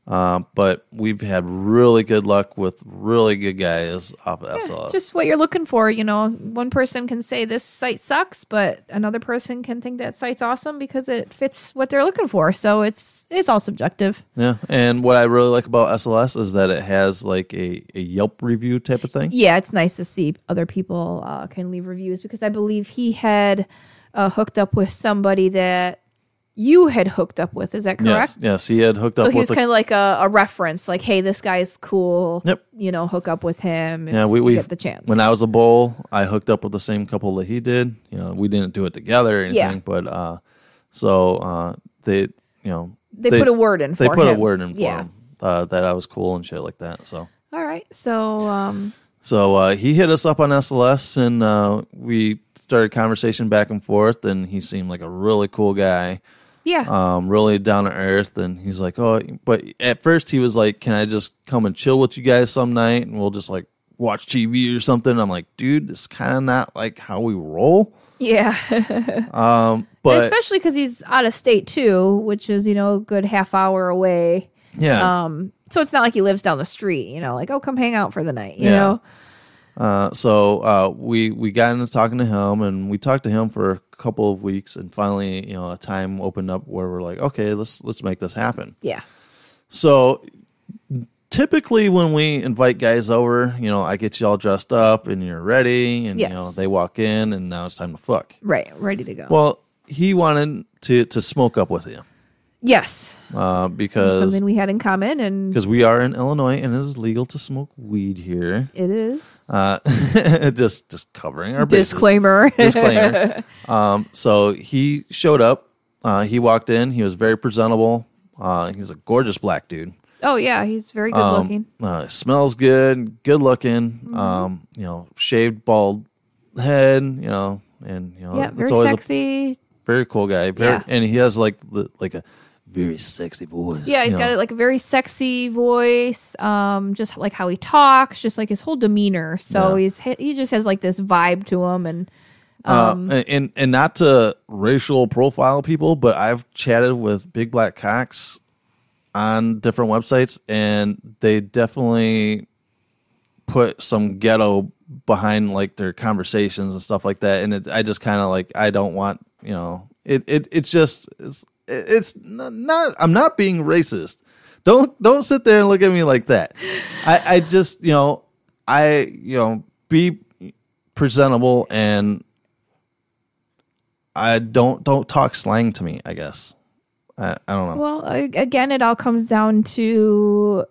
[SPEAKER 2] Um, but we've had really good luck with really good guys off of SLS.
[SPEAKER 3] Just what you're looking for. You know, one person can say this site sucks, but another person can think that site's awesome because it fits what they're looking for. So it's it's all subjective.
[SPEAKER 2] yeah. And what I really like about SLS is that it has like a, a Yelp review type of thing.
[SPEAKER 3] Yeah, it's nice to see other people uh, can leave reviews because I believe he had uh, hooked up with somebody that you had hooked up with. Is that correct?
[SPEAKER 2] Yes. Yes. He had hooked
[SPEAKER 3] So
[SPEAKER 2] up
[SPEAKER 3] he was
[SPEAKER 2] with a
[SPEAKER 3] kind of like a, a reference, like, "Hey, this guy's cool.
[SPEAKER 2] Yep.
[SPEAKER 3] You know, hook up with him. If
[SPEAKER 2] Yeah, we,
[SPEAKER 3] you
[SPEAKER 2] we
[SPEAKER 3] get the chance."
[SPEAKER 2] When I was a bowl, I hooked up with the same couple that he did. You know, we didn't do it together or anything,
[SPEAKER 3] Yeah.
[SPEAKER 2] but uh, so uh, they, you know,
[SPEAKER 3] They put a word in
[SPEAKER 2] They
[SPEAKER 3] for
[SPEAKER 2] put a
[SPEAKER 3] him.
[SPEAKER 2] word in for
[SPEAKER 3] Yeah.
[SPEAKER 2] him uh, that I was cool and shit like that. So,
[SPEAKER 3] All right, so um,
[SPEAKER 2] so uh, he hit us up on SLS, and uh, we started conversation back and forth. And he seemed like a really cool guy
[SPEAKER 3] yeah,
[SPEAKER 2] um, really down to earth. And he's like, oh, but at first he was like, can I just come and chill with you guys some night and we'll just like watch TV or something? I'm like, dude, it's kind of not like how we roll.
[SPEAKER 3] yeah.
[SPEAKER 2] But
[SPEAKER 3] Especially because he's out of state too, which is you know a good half hour away.
[SPEAKER 2] yeah,
[SPEAKER 3] Um, so it's not like he lives down the street. You know, like oh, come hang out for the night. You
[SPEAKER 2] Yeah.
[SPEAKER 3] know,
[SPEAKER 2] uh, so uh, we we got into talking to him and we talked to him for a couple of weeks and finally, you know, a time opened up where we're like, okay, let's let's make this happen.
[SPEAKER 3] yeah,
[SPEAKER 2] So typically when we invite guys over, you know, I get you all dressed up and you're ready and
[SPEAKER 3] Yes.
[SPEAKER 2] you know, they walk in and now it's time to fuck.
[SPEAKER 3] right, ready to go.
[SPEAKER 2] Well, he wanted to to smoke up with you.
[SPEAKER 3] yes,
[SPEAKER 2] Uh, because
[SPEAKER 3] something we had in common, and
[SPEAKER 2] because we are in Illinois and it is legal to smoke weed here.
[SPEAKER 3] it is
[SPEAKER 2] Uh, just just covering our bases.
[SPEAKER 3] disclaimer.
[SPEAKER 2] disclaimer. um, so he showed up. Uh, he walked in. He was very presentable. Uh, he's a gorgeous black dude.
[SPEAKER 3] oh yeah, he's very good
[SPEAKER 2] Um,
[SPEAKER 3] looking.
[SPEAKER 2] uh, smells good, good looking.
[SPEAKER 3] Mm-hmm.
[SPEAKER 2] Um, you know, shaved bald head. You know, and you know,
[SPEAKER 3] Yeah, very
[SPEAKER 2] it's always a
[SPEAKER 3] sexy.
[SPEAKER 2] very cool guy. Very,
[SPEAKER 3] Yeah.
[SPEAKER 2] and he has like the, like a very sexy voice.
[SPEAKER 3] Yeah,
[SPEAKER 2] he's
[SPEAKER 3] he's got like a very sexy voice, um, just like how he talks, just like his whole demeanor. So
[SPEAKER 2] Yeah.
[SPEAKER 3] he's he just has like this vibe to him, and um,
[SPEAKER 2] uh, and and not to racial profile people, but I've chatted with big black cocks on different websites, and they definitely put some ghetto behind like their conversations and stuff like that. And it, I just kind of like I don't want you know it it it's just it's it's n- not I'm not being racist. Don't don't sit there and look at me like that. I I just you know I you know be presentable and I don't don't talk slang to me. I guess I I don't know.
[SPEAKER 3] well, a- again, it all comes down to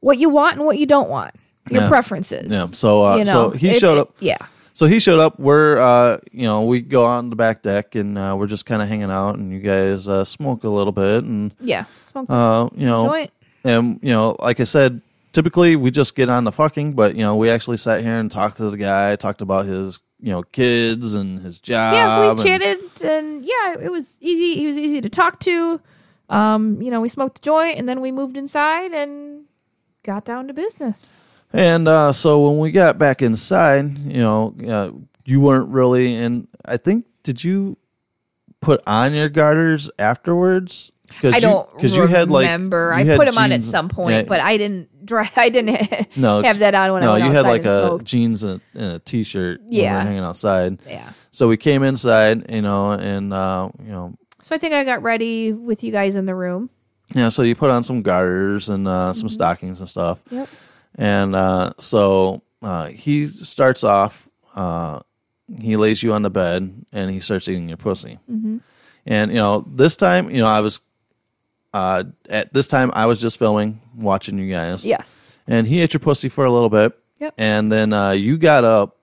[SPEAKER 3] what you want and what you don't want, your
[SPEAKER 2] Yeah.
[SPEAKER 3] preferences.
[SPEAKER 2] Yeah, so, uh, so he
[SPEAKER 3] It-
[SPEAKER 2] showed
[SPEAKER 3] it-
[SPEAKER 2] up-
[SPEAKER 3] Yeah,
[SPEAKER 2] So he showed up. We're, uh, you know, we go out on the back deck and uh, we're just kind of hanging out, and you guys uh, smoke a little bit, and
[SPEAKER 3] yeah, smoked
[SPEAKER 2] uh, you know,
[SPEAKER 3] joint.
[SPEAKER 2] and you know, like I said, typically we just get on the fucking, but you know, we actually sat here and talked to the guy, talked about his, you know, kids and his job.
[SPEAKER 3] yeah,
[SPEAKER 2] and-
[SPEAKER 3] we chatted and yeah, it was easy. He was easy to talk to. Um, you know, we smoked a joint and then we moved inside and got down to business.
[SPEAKER 2] And uh, so when we got back inside, you know, uh, you weren't really in. I think did you put on your garters afterwards? Cause
[SPEAKER 3] I
[SPEAKER 2] you-
[SPEAKER 3] don't
[SPEAKER 2] 'cause you had like
[SPEAKER 3] remember.
[SPEAKER 2] you
[SPEAKER 3] I
[SPEAKER 2] had
[SPEAKER 3] put them on at
[SPEAKER 2] jeans-
[SPEAKER 3] some point,
[SPEAKER 2] yeah,
[SPEAKER 3] but I didn't dry. I didn't
[SPEAKER 2] no,
[SPEAKER 3] have that on when
[SPEAKER 2] no,
[SPEAKER 3] I went
[SPEAKER 2] you
[SPEAKER 3] outside
[SPEAKER 2] had like
[SPEAKER 3] and
[SPEAKER 2] a
[SPEAKER 3] smoked.
[SPEAKER 2] jeans and, and a t-shirt. when we were
[SPEAKER 3] Yeah.
[SPEAKER 2] hanging outside.
[SPEAKER 3] Yeah.
[SPEAKER 2] So we came inside, you know, and uh, you know,
[SPEAKER 3] So I think I got ready with you guys in the room.
[SPEAKER 2] yeah. So you put on some garters and uh, some stockings and stuff.
[SPEAKER 3] Yep.
[SPEAKER 2] And uh, so uh, he starts off, uh, he lays you on the bed and he starts eating your pussy. And, you know, this time, you know, I was, uh, at this time, I was just filming, watching you guys.
[SPEAKER 3] Yes.
[SPEAKER 2] And he ate your pussy for a little bit.
[SPEAKER 3] Yep.
[SPEAKER 2] And then uh, you got up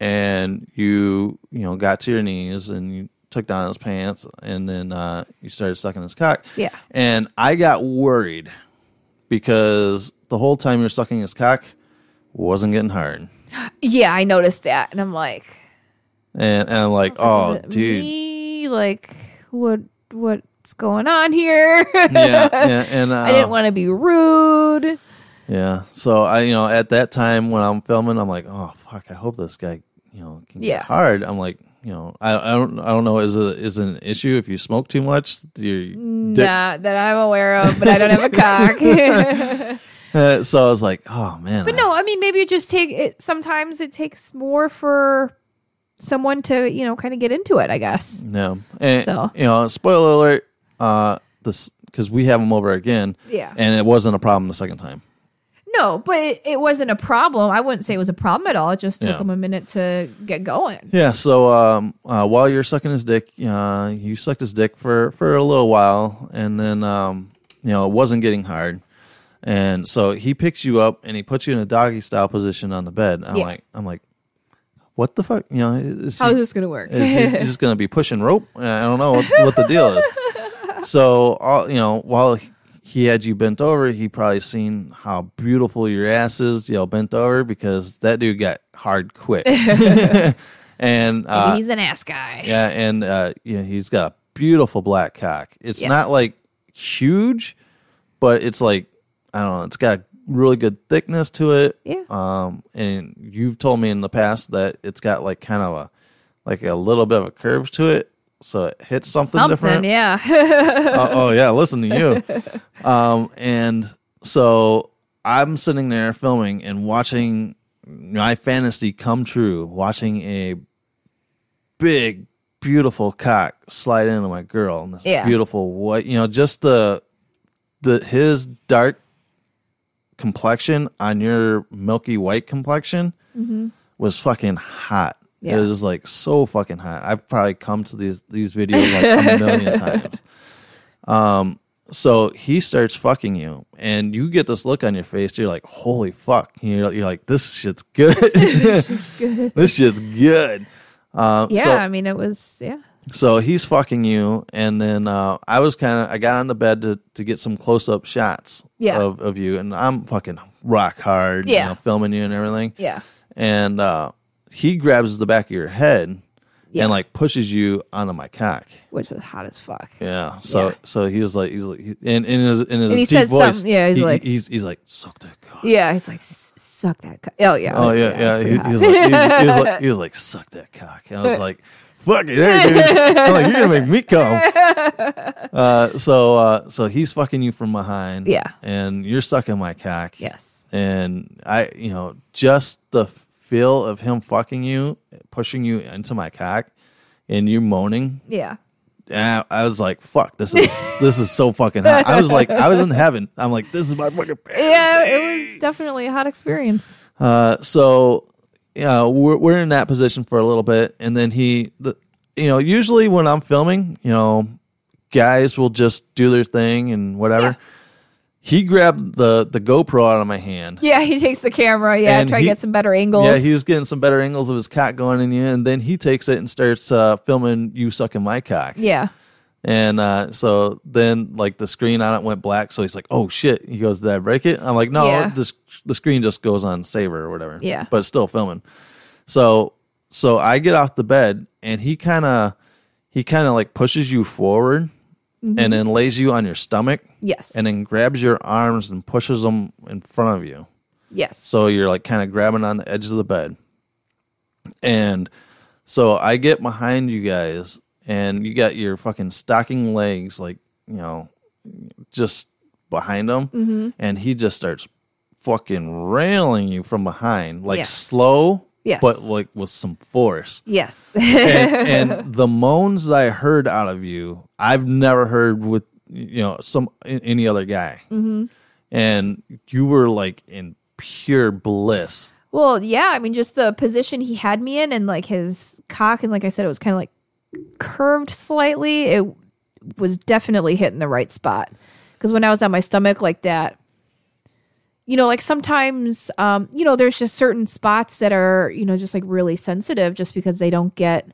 [SPEAKER 2] and you, you know, got to your knees and you took down his pants and then uh, you started sucking his cock.
[SPEAKER 3] Yeah.
[SPEAKER 2] And I got worried because the whole time you're sucking his cock wasn't getting hard.
[SPEAKER 3] Yeah, I noticed that, and I'm like,
[SPEAKER 2] And, and I'm like,
[SPEAKER 3] so
[SPEAKER 2] oh,
[SPEAKER 3] is it
[SPEAKER 2] dude.
[SPEAKER 3] me? like what what's going on here?
[SPEAKER 2] yeah, yeah, and uh,
[SPEAKER 3] I didn't want to be rude.
[SPEAKER 2] yeah. So I, you know, at that time when I'm filming, I'm like, oh fuck, I hope this guy, you know, can
[SPEAKER 3] Yeah.
[SPEAKER 2] get hard. I'm like, you know, I, I don't, I don't know, is it is it an issue if you smoke too much? Do you, dick-
[SPEAKER 3] Nah, that I'm aware of, but I don't have a cock.
[SPEAKER 2] Uh, so I was like, oh man,
[SPEAKER 3] but no, I mean maybe it just take it. Sometimes it takes more for someone to you know kind of get into it. I guess.
[SPEAKER 2] no. And
[SPEAKER 3] So.
[SPEAKER 2] you know, spoiler alert, uh, this because we have him over again,
[SPEAKER 3] Yeah.
[SPEAKER 2] and it wasn't a problem the second time.
[SPEAKER 3] No, but it, it wasn't a problem. I wouldn't say it was a problem at all. It just took
[SPEAKER 2] Yeah.
[SPEAKER 3] them a minute to get going.
[SPEAKER 2] Yeah, so um, uh, while you're sucking his dick, uh, you sucked his dick for, for a little while, and then um, you know it wasn't getting hard, and so he picks you up and he puts you in a doggy style position on the bed. I'm
[SPEAKER 3] Yeah.
[SPEAKER 2] like, I'm like, what the fuck? You know, is
[SPEAKER 3] How's
[SPEAKER 2] he-
[SPEAKER 3] this gonna work?
[SPEAKER 2] is he just going to be pushing rope? I don't know what, what the deal is. So, all, you know, while he had you bent over, he probably seen how beautiful your ass is, you know, bent over because that dude got hard quick. and uh,
[SPEAKER 3] He's an ass guy.
[SPEAKER 2] yeah, and uh, you know, he's got a beautiful black cock. It's
[SPEAKER 3] Yes.
[SPEAKER 2] not like huge, but it's like I don't know. It's got a really good thickness to it.
[SPEAKER 3] Yeah.
[SPEAKER 2] Um, and you've told me in the past that it's got like kind of a like a little bit of a curve to it, so it hits something,
[SPEAKER 3] Something,
[SPEAKER 2] different.
[SPEAKER 3] yeah.
[SPEAKER 2] oh, oh, yeah, listen to you. Um, and so I'm sitting there filming and watching my fantasy come true, watching a big, beautiful cock slide into my girl and this
[SPEAKER 3] Yeah.
[SPEAKER 2] beautiful white, you know, just the the his dark complexion on your milky white complexion was fucking hot.
[SPEAKER 3] Yeah.
[SPEAKER 2] It was like so fucking hot. I've probably come to these these videos like a million times. Um, So he starts fucking you, and you get this look on your face. You're like, "Holy fuck!" You're, you're like, "This shit's good. this shit's good." Um,
[SPEAKER 3] yeah,
[SPEAKER 2] so-
[SPEAKER 3] I mean it was yeah.
[SPEAKER 2] so he's fucking you, and then uh, I was kind of I got on the bed to, to get some close up shots
[SPEAKER 3] Yeah.
[SPEAKER 2] of, of you, and I'm fucking rock hard, you
[SPEAKER 3] Yeah.
[SPEAKER 2] know, filming you and everything.
[SPEAKER 3] Yeah.
[SPEAKER 2] And uh, he grabs the back of your head
[SPEAKER 3] Yeah.
[SPEAKER 2] and like pushes you onto my cock.
[SPEAKER 3] Which was hot as fuck.
[SPEAKER 2] Yeah. So
[SPEAKER 3] Yeah.
[SPEAKER 2] so he was like he's like he, and in his in his
[SPEAKER 3] And he
[SPEAKER 2] deep
[SPEAKER 3] says
[SPEAKER 2] voice,
[SPEAKER 3] something, yeah, he's
[SPEAKER 2] he-
[SPEAKER 3] like-
[SPEAKER 2] he's he's like suck that cock.
[SPEAKER 3] Yeah, he's like, "S- suck that. Co-. Oh yeah.
[SPEAKER 2] Oh yeah, yeah. He, he was like, he, was, he was like, he was like, suck that cock. And I was like, fuck it, hey, dude. I'm like, you're gonna make me come. Uh, so, uh, so he's fucking you from behind.
[SPEAKER 3] Yeah.
[SPEAKER 2] and you're sucking my cock.
[SPEAKER 3] Yes.
[SPEAKER 2] And I, you know, just the feel of him fucking you, pushing you into my cock, and you moaning.
[SPEAKER 3] Yeah.
[SPEAKER 2] And I, I was like, fuck, this is this is so fucking hot. I was like, I was in heaven. I'm like, this is my fucking.
[SPEAKER 3] Yeah, it was definitely a hot experience.
[SPEAKER 2] Uh, so yeah, we're we're in that position for a little bit, and then he, the, you know, usually when I'm filming, you know, guys will just do their thing and whatever.
[SPEAKER 3] Yeah.
[SPEAKER 2] He grabbed the the GoPro out of my hand.
[SPEAKER 3] Yeah, he takes the camera. Yeah,
[SPEAKER 2] And
[SPEAKER 3] try
[SPEAKER 2] he-
[SPEAKER 3] to get some better angles.
[SPEAKER 2] Yeah, he was getting some better angles of his cock going in you, and then he takes it and starts uh, filming you sucking my cock.
[SPEAKER 3] Yeah.
[SPEAKER 2] And uh, so then, like the screen on it went black. So he's like, "Oh shit!" He goes, "Did I break it?" I'm like, "No,
[SPEAKER 3] Yeah.
[SPEAKER 2] this the screen just goes on saver or whatever."
[SPEAKER 3] Yeah.
[SPEAKER 2] but it's still filming. So so I get off the bed and he kind of he kind of like pushes you forward and then lays you on your stomach
[SPEAKER 3] Mm-hmm. Yes.
[SPEAKER 2] and then grabs your arms and pushes them in front of you.
[SPEAKER 3] yes.
[SPEAKER 2] So you're like kind of grabbing on the edge of the bed. And so I get behind you guys and you got your fucking stocking legs like, you know, just behind him
[SPEAKER 3] Mm-hmm.
[SPEAKER 2] and he just starts fucking railing you from behind like
[SPEAKER 3] Yes.
[SPEAKER 2] slow
[SPEAKER 3] Yes.
[SPEAKER 2] but like with some force.
[SPEAKER 3] yes.
[SPEAKER 2] And, and the moans I heard out of you, I've never heard with you know some any other guy.
[SPEAKER 3] Mm-hmm.
[SPEAKER 2] And you were like in pure bliss.
[SPEAKER 3] well, yeah. I mean, just the position he had me in, and like his cock, and like I said, it was kind of like curved slightly. It was definitely hitting the right spot because when I was on my stomach like that, you know, like sometimes, um, you know, there's just certain spots that are, you know, just like really sensitive, just because they don't get,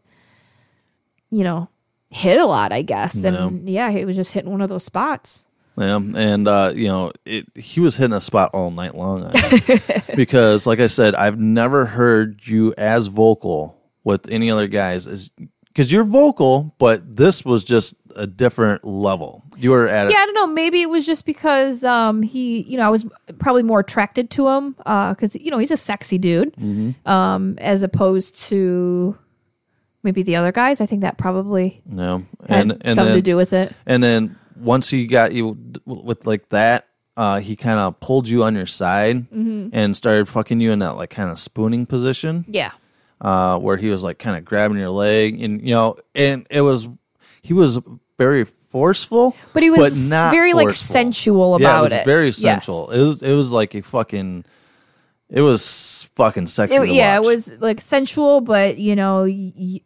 [SPEAKER 3] you know, hit a lot, I guess. And yeah, it was just hitting one of those spots.
[SPEAKER 2] Yeah, and uh, you know, it, he was hitting a spot all night long I think. because, like I said, I've never heard you as vocal with any other guys as because you're vocal, but this was just a different level. You were at
[SPEAKER 3] yeah, I don't know. Maybe it was just because um, he, you know, I was probably more attracted to him because you know he's a sexy dude,
[SPEAKER 2] Mm-hmm.
[SPEAKER 3] um, as opposed to maybe the other guys. I think that probably
[SPEAKER 2] you know,
[SPEAKER 3] had
[SPEAKER 2] and and
[SPEAKER 3] something
[SPEAKER 2] then,
[SPEAKER 3] to do with it.
[SPEAKER 2] And then once he got you d- with like that, uh, he kind of pulled you on your side
[SPEAKER 3] Mm-hmm.
[SPEAKER 2] and started fucking you in that like kind of spooning position.
[SPEAKER 3] Yeah,
[SPEAKER 2] uh, where he was like kind of grabbing your leg, and you know, and it was he was very forceful,
[SPEAKER 3] but he was
[SPEAKER 2] not
[SPEAKER 3] very like
[SPEAKER 2] forceful.
[SPEAKER 3] sensual about
[SPEAKER 2] yeah, it. Was very
[SPEAKER 3] Yes.
[SPEAKER 2] sensual. It was it was like a fucking, it was fucking sexy.
[SPEAKER 3] It-
[SPEAKER 2] to
[SPEAKER 3] yeah,
[SPEAKER 2] watch.
[SPEAKER 3] it was like sensual, but you know, y- y-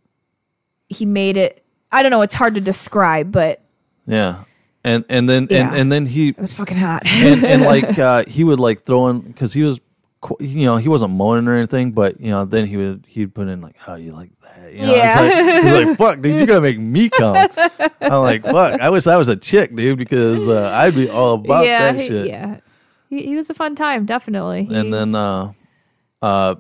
[SPEAKER 3] he made it. I don't know. It's hard to describe, but
[SPEAKER 2] Yeah, and and then
[SPEAKER 3] Yeah.
[SPEAKER 2] and, and then he
[SPEAKER 3] it was fucking hot.
[SPEAKER 2] and, and like uh, he would like throw in because he was qu- you know he wasn't moaning or anything but you know then he would he'd put in like how do you like that you know
[SPEAKER 3] Yeah.
[SPEAKER 2] it's like, he's like fuck dude you're gonna make me come i'm like fuck i wish i was a chick dude because uh, i'd be all about
[SPEAKER 3] yeah,
[SPEAKER 2] that
[SPEAKER 3] he-
[SPEAKER 2] shit
[SPEAKER 3] yeah. He, he was a fun time, definitely. He-
[SPEAKER 2] and then uh uh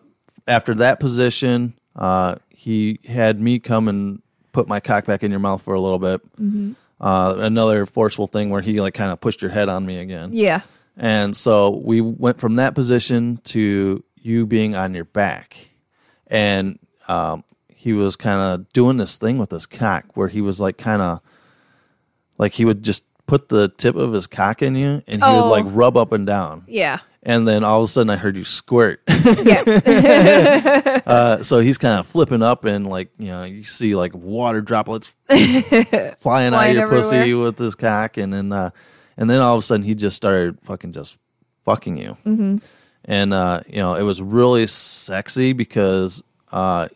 [SPEAKER 2] after that position uh he had me come and put my cock back in your mouth for a little bit
[SPEAKER 3] Mm-hmm.
[SPEAKER 2] uh another forceful thing where he like kind of pushed your head on me again
[SPEAKER 3] yeah.
[SPEAKER 2] And so we went from that position to you being on your back. And um, he was kind of doing this thing with his cock where he was like kind of like he would just put the tip of his cock in you and he
[SPEAKER 3] Oh.
[SPEAKER 2] would like rub up and down.
[SPEAKER 3] Yeah.
[SPEAKER 2] And then all of a sudden I heard you squirt.
[SPEAKER 3] Yes.
[SPEAKER 2] Uh, so he's kind of flipping up and like, you know, you see like water droplets flying, out of
[SPEAKER 3] Flying
[SPEAKER 2] your pussy
[SPEAKER 3] everywhere.
[SPEAKER 2] with his cock. And then, uh, and then all of a sudden he just started fucking just fucking you.
[SPEAKER 3] Mm-hmm.
[SPEAKER 2] and uh, you know it was really sexy because uh,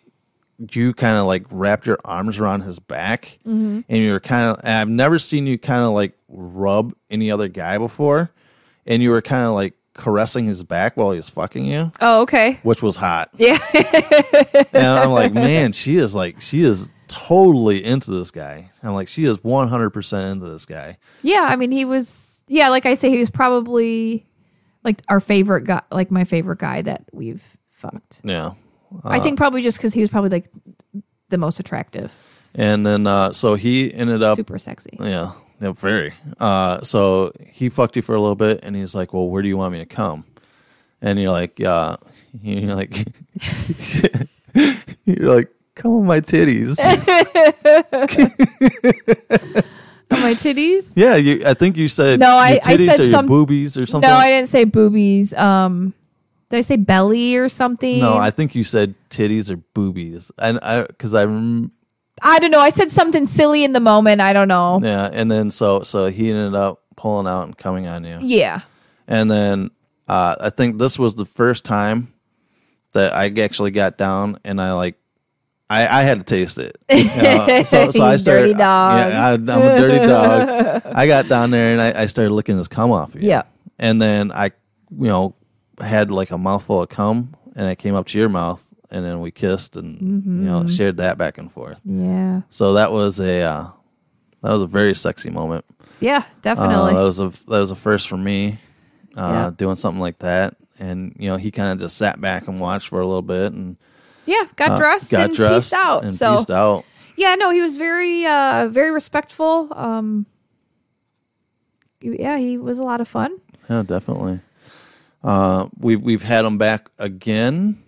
[SPEAKER 2] you kind of like wrapped your arms around his back, and you were kind of. I've never seen you kind of like rub any other guy before, and you were kind of like caressing his back while he was fucking you,
[SPEAKER 3] oh, okay.
[SPEAKER 2] which was hot.
[SPEAKER 3] Yeah.
[SPEAKER 2] and I'm like, man, she is like she is totally into this guy. I'm like, she is 100 percent into this guy.
[SPEAKER 3] Yeah. I mean, he was, yeah, like I say, he was probably like our favorite guy, like my favorite guy that we've fucked.
[SPEAKER 2] Yeah.
[SPEAKER 3] I
[SPEAKER 2] Uh,
[SPEAKER 3] think probably just because he was probably like the most attractive,
[SPEAKER 2] And then uh, so he ended up
[SPEAKER 3] super sexy.
[SPEAKER 2] Yeah, yeah, very. Uh, so he fucked you for a little bit, and he's like, "Well, where do you want me to come?" And you're like, "Yeah," you're like, you're like, "Come on, my titties."
[SPEAKER 3] Oh, my titties?
[SPEAKER 2] yeah, you. I think you said
[SPEAKER 3] No,
[SPEAKER 2] your
[SPEAKER 3] I- I
[SPEAKER 2] titties
[SPEAKER 3] said
[SPEAKER 2] or your
[SPEAKER 3] some-
[SPEAKER 2] boobies or something.
[SPEAKER 3] No, I didn't say boobies. Um, did I say belly or something?
[SPEAKER 2] No, I think you said titties or boobies, and I because I rem-
[SPEAKER 3] I don't know. I said something silly in the moment. I don't know.
[SPEAKER 2] yeah, and then so so he ended up pulling out and coming on you.
[SPEAKER 3] Yeah.
[SPEAKER 2] And then uh, I think this was the first time that I actually got down and I like I, I had to taste it. You know, so, so I
[SPEAKER 3] You
[SPEAKER 2] started.
[SPEAKER 3] dirty dog.
[SPEAKER 2] Yeah, I, I'm a dirty dog. I got down there and I, I started licking his cum off. Of you.
[SPEAKER 3] Yeah.
[SPEAKER 2] And then I, you know, had like a mouthful of cum, and I came up to your mouth, and then
[SPEAKER 3] Mm-hmm.
[SPEAKER 2] we kissed, and you know, shared that back and forth.
[SPEAKER 3] Yeah.
[SPEAKER 2] So that was a uh, That was a very sexy moment.
[SPEAKER 3] Yeah,
[SPEAKER 2] Uh,
[SPEAKER 3] definitely.
[SPEAKER 2] that was a that was a first for me, uh,
[SPEAKER 3] Yeah.
[SPEAKER 2] doing something like that. And you know, he kind of just sat back and watched for a little bit and
[SPEAKER 3] yeah, got
[SPEAKER 2] uh,
[SPEAKER 3] dressed
[SPEAKER 2] got
[SPEAKER 3] and
[SPEAKER 2] dressed
[SPEAKER 3] peaced out.
[SPEAKER 2] and
[SPEAKER 3] so
[SPEAKER 2] peaced out.
[SPEAKER 3] yeah, no, he was very uh very respectful. Um yeah, he was a lot of fun.
[SPEAKER 2] Yeah, definitely. Uh, we've we've had him back again.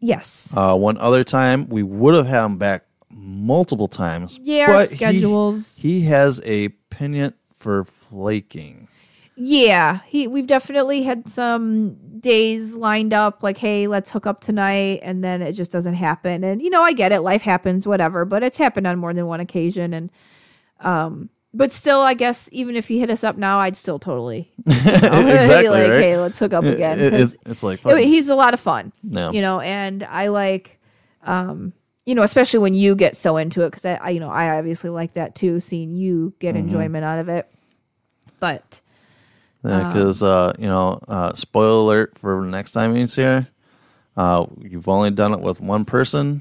[SPEAKER 3] Yes.
[SPEAKER 2] Uh, one other time, we would have had him back multiple times.
[SPEAKER 3] Yeah, our
[SPEAKER 2] he-
[SPEAKER 3] schedules.
[SPEAKER 2] He, has a penchant for flaking.
[SPEAKER 3] Yeah, he we've definitely had some days lined up like hey, let's hook up tonight and then it just doesn't happen. And you know, I get it, life happens, whatever, but it's happened on more than one occasion and um but still I guess even if he hit us up now, I'd still totally
[SPEAKER 2] exactly.
[SPEAKER 3] like,
[SPEAKER 2] right?
[SPEAKER 3] hey, let's hook up
[SPEAKER 2] It-
[SPEAKER 3] again.
[SPEAKER 2] it-
[SPEAKER 3] 'cause
[SPEAKER 2] it's, it's like
[SPEAKER 3] it- he's a lot of fun.
[SPEAKER 2] Yeah.
[SPEAKER 3] You know, and I like, um, you know, especially when you get so into it because I, I, you know, I obviously like that too, seeing you get
[SPEAKER 2] Mm-hmm.
[SPEAKER 3] enjoyment out of it. But
[SPEAKER 2] because uh, you know, uh, spoiler alert for next time he's here. Uh, you've only done it with one person,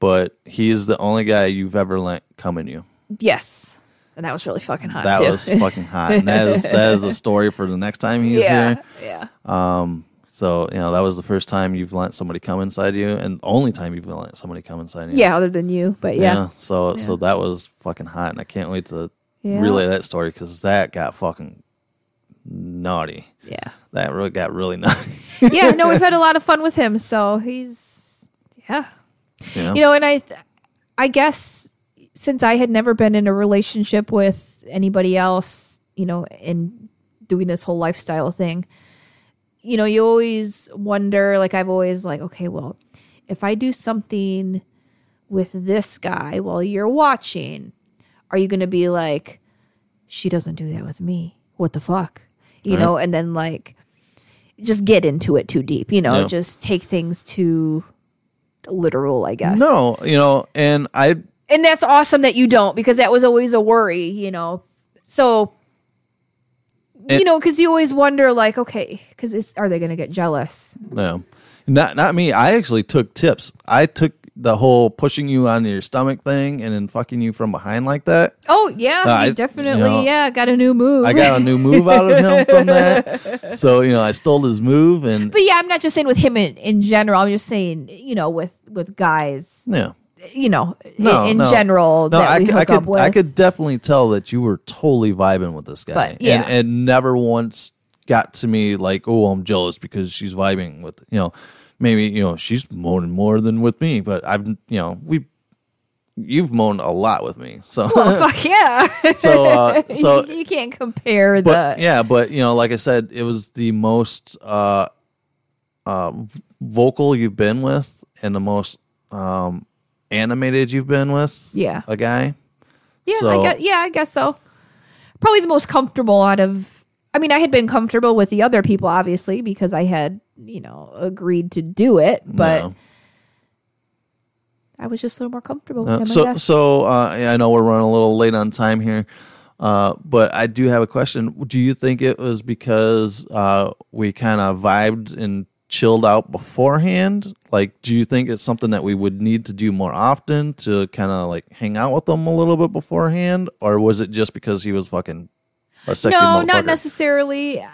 [SPEAKER 2] but he's the only guy you've ever let come in you.
[SPEAKER 3] yes, and that was really fucking hot
[SPEAKER 2] That
[SPEAKER 3] too.
[SPEAKER 2] was fucking hot. And that is that is a story for the next time he's
[SPEAKER 3] yeah,
[SPEAKER 2] here.
[SPEAKER 3] yeah,
[SPEAKER 2] So you know that was the first time you've let somebody come inside you, and only time you've let somebody come inside you.
[SPEAKER 3] yeah. Other than you, but yeah,
[SPEAKER 2] So so that was fucking hot, and I can't wait to
[SPEAKER 3] Yeah.
[SPEAKER 2] relay that story because that got fucking naughty.
[SPEAKER 3] yeah,
[SPEAKER 2] That really got really naughty.
[SPEAKER 3] yeah. No, we've had a lot of fun with him, so he's yeah.
[SPEAKER 2] You know,
[SPEAKER 3] you know and i th- i guess since i had never been in a relationship with anybody else you know in doing this whole lifestyle thing you know you always wonder like i've always like okay well if i do something with this guy while you're watching are you going to be like she doesn't do that with me what the fuck you know and then like just get into it too deep you know
[SPEAKER 2] Yeah.
[SPEAKER 3] just take things too literal i guess
[SPEAKER 2] no, you know, and I
[SPEAKER 3] and that's awesome that you don't because that was always a worry, you know. So
[SPEAKER 2] And-
[SPEAKER 3] you know, because you always wonder, like, okay, because are they going to get jealous?
[SPEAKER 2] no, not not me. I actually took tips. I took the whole pushing you on your stomach thing and then fucking you from behind like that.
[SPEAKER 3] Oh yeah,
[SPEAKER 2] Uh,
[SPEAKER 3] you
[SPEAKER 2] I-
[SPEAKER 3] definitely,
[SPEAKER 2] you know,
[SPEAKER 3] yeah, got a new move.
[SPEAKER 2] I got a new move out of him from that. So you know, I stole his move, and
[SPEAKER 3] but yeah, I'm not just saying with him in, in general. I'm just saying, you know, with with guys,
[SPEAKER 2] yeah.
[SPEAKER 3] you know,
[SPEAKER 2] No,
[SPEAKER 3] in, in
[SPEAKER 2] no.
[SPEAKER 3] general
[SPEAKER 2] No,
[SPEAKER 3] that
[SPEAKER 2] I,
[SPEAKER 3] we
[SPEAKER 2] c-
[SPEAKER 3] hook
[SPEAKER 2] I could,
[SPEAKER 3] up with.
[SPEAKER 2] I could definitely tell that you were totally vibing with this guy,
[SPEAKER 3] But, yeah.
[SPEAKER 2] and, and never once got to me like, "Oh, I'm jealous because she's vibing with you know, maybe you know she's moaning more than with me." But I've you know we, you've moaned a lot with me, so
[SPEAKER 3] Oh, Fuck yeah!
[SPEAKER 2] so uh, so
[SPEAKER 3] you can't compare
[SPEAKER 2] but
[SPEAKER 3] the
[SPEAKER 2] yeah, but you know, like I said, it was the most uh, uh, v- vocal you've been with, and the most um, animated you've been with.
[SPEAKER 3] Yeah.
[SPEAKER 2] a guy.
[SPEAKER 3] Yeah,
[SPEAKER 2] So-
[SPEAKER 3] I guess, yeah, I guess so. Probably the most comfortable out of. I mean, I had been comfortable with the other people, obviously, because I had you know agreed to do it, but
[SPEAKER 2] No.
[SPEAKER 3] I was just a little more comfortable with
[SPEAKER 2] Uh,
[SPEAKER 3] him. I
[SPEAKER 2] so
[SPEAKER 3] guess.
[SPEAKER 2] so uh, I know we're running a little late on time here, uh, but I do have a question. Do you think it was because uh, we kind of vibed and chilled out beforehand? Like, do you think it's something that we would need to do more often to kind of like hang out with them a little bit beforehand, or was it just because he was fucking a sexy
[SPEAKER 3] no,
[SPEAKER 2] motherfucker?
[SPEAKER 3] not necessarily.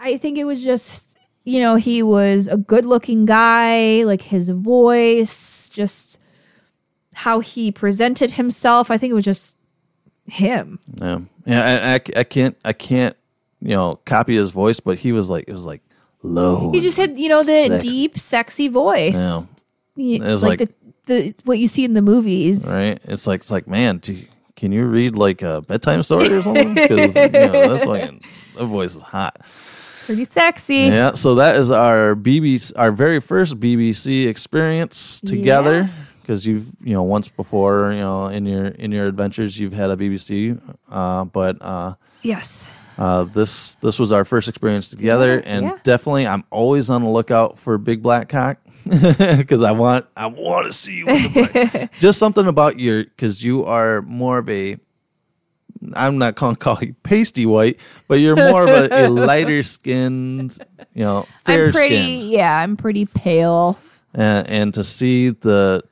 [SPEAKER 3] I think it was just you know he was a good-looking guy, like his voice, just how he presented himself. I think it was just him.
[SPEAKER 2] Yeah, yeah. I, I, I can't, I can't, you know, copy his voice, but he was like, it was like low.
[SPEAKER 3] He just had you know the
[SPEAKER 2] Sexy.
[SPEAKER 3] deep, sexy voice.
[SPEAKER 2] Yeah.
[SPEAKER 3] you,
[SPEAKER 2] It was
[SPEAKER 3] like,
[SPEAKER 2] like-
[SPEAKER 3] the, the what you see in the movies.
[SPEAKER 2] right? It's like it's like, man, gee, can you read like a bedtime story or something? Because you know, that's fucking that voice is hot.
[SPEAKER 3] Pretty sexy.
[SPEAKER 2] Yeah. So that is our BBC, our very first BBC experience together. Because you've you know once before you know in your in your adventures you've had a BBC, uh, but uh,
[SPEAKER 3] Yes.
[SPEAKER 2] uh, this this was our first experience together, and
[SPEAKER 3] yeah.
[SPEAKER 2] definitely I'm always on the lookout for Big Black Cock because I want I want to see you. With the black. Just something about your because you are more of a I'm not gonna call you pasty white, but you're more of a, a lighter skinned, you know, fair
[SPEAKER 3] I'm pretty.
[SPEAKER 2] skinned,
[SPEAKER 3] Yeah, I'm pretty pale.
[SPEAKER 2] and, and to see the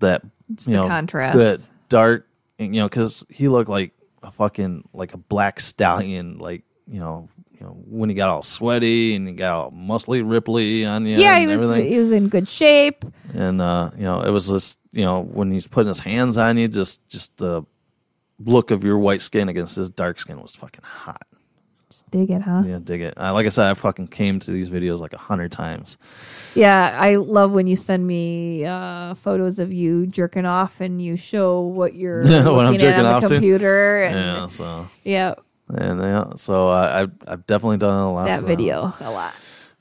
[SPEAKER 2] that you
[SPEAKER 3] the
[SPEAKER 2] know
[SPEAKER 3] contrast.
[SPEAKER 2] that dark, you know, because he looked like a fucking like a black stallion, like you know, you know when he got all sweaty and he got all muscly, ripply on you.
[SPEAKER 3] yeah,
[SPEAKER 2] and
[SPEAKER 3] he was
[SPEAKER 2] everything.
[SPEAKER 3] he was in good shape.
[SPEAKER 2] and uh, you know it was this, you know, when he's putting his hands on you, just just the look of your white skin against his dark skin was fucking hot.
[SPEAKER 3] Just dig it, huh? Yeah.
[SPEAKER 2] Yeah, dig it. Uh, like I said, I fucking came to these videos like a hundred times.
[SPEAKER 3] I love when you send me uh, photos of you jerking off and you show what you're
[SPEAKER 2] What I'm
[SPEAKER 3] looking at
[SPEAKER 2] jerking
[SPEAKER 3] on
[SPEAKER 2] off
[SPEAKER 3] the
[SPEAKER 2] to?
[SPEAKER 3] computer.
[SPEAKER 2] Yeah,
[SPEAKER 3] And,
[SPEAKER 2] so
[SPEAKER 3] yeah,
[SPEAKER 2] and yeah, so I I've, I've definitely done a lot.
[SPEAKER 3] that
[SPEAKER 2] of
[SPEAKER 3] video a lot.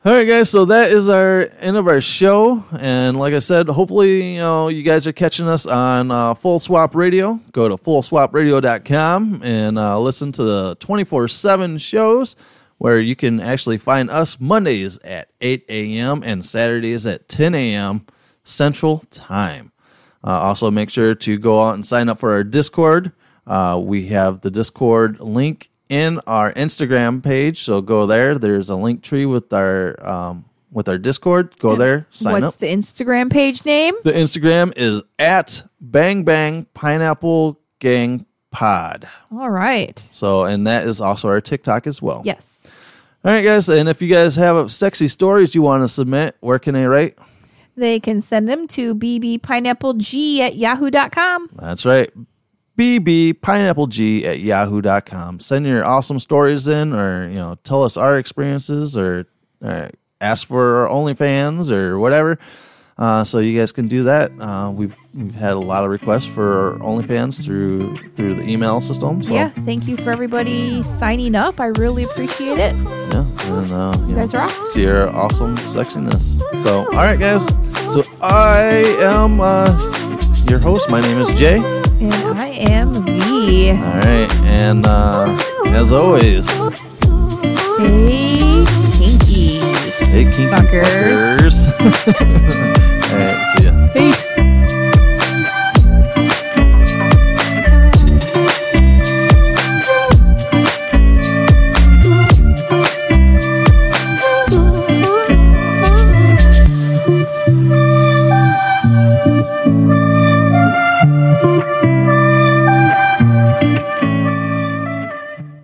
[SPEAKER 2] All right, guys. So that is our end of our show, and like I said, hopefully you know you guys are catching us on uh, Full Swap Radio. Go to fullswapradio.com and uh, listen to the twenty four seven shows, where you can actually find us Mondays at eight a.m. and Saturdays at ten a.m. Central Time. Uh, also, make sure to go out and sign up for our Discord. Uh, we have the Discord link in our Instagram page, so go there. There's a link tree with our um, with our Discord. Go there, sign
[SPEAKER 3] What's
[SPEAKER 2] up.
[SPEAKER 3] the Instagram page name?
[SPEAKER 2] The Instagram is at Bang Bang Pineapple Gang Pod.
[SPEAKER 3] All right.
[SPEAKER 2] So, and that is also our TikTok as well.
[SPEAKER 3] Yes.
[SPEAKER 2] All right, guys. And if you guys have uh, sexy stories you want to submit, where can they write?
[SPEAKER 3] They can send them to bbpineappleg at yahoo.com.
[SPEAKER 2] That's right. bbpineappleg at yahoo.com. Send your awesome stories in or, you know, tell us our experiences or, or ask for our OnlyFans or whatever. Uh, so you guys can do that. Uh, we've, we've had a lot of requests for OnlyFans through through the email system. So,
[SPEAKER 3] Yeah. Thank you for everybody signing up. I really appreciate it.
[SPEAKER 2] yeah. And, uh, you
[SPEAKER 3] guys
[SPEAKER 2] know,
[SPEAKER 3] rock.
[SPEAKER 2] See your awesome sexiness. So, all right, guys. So I am uh, your host. My name is Jay.
[SPEAKER 3] And I am V.
[SPEAKER 2] All right. And uh, as always,
[SPEAKER 3] Stay kinky.
[SPEAKER 2] Hey, kinky
[SPEAKER 3] Fuckers.
[SPEAKER 2] fuckers. All right, see ya.
[SPEAKER 3] Peace.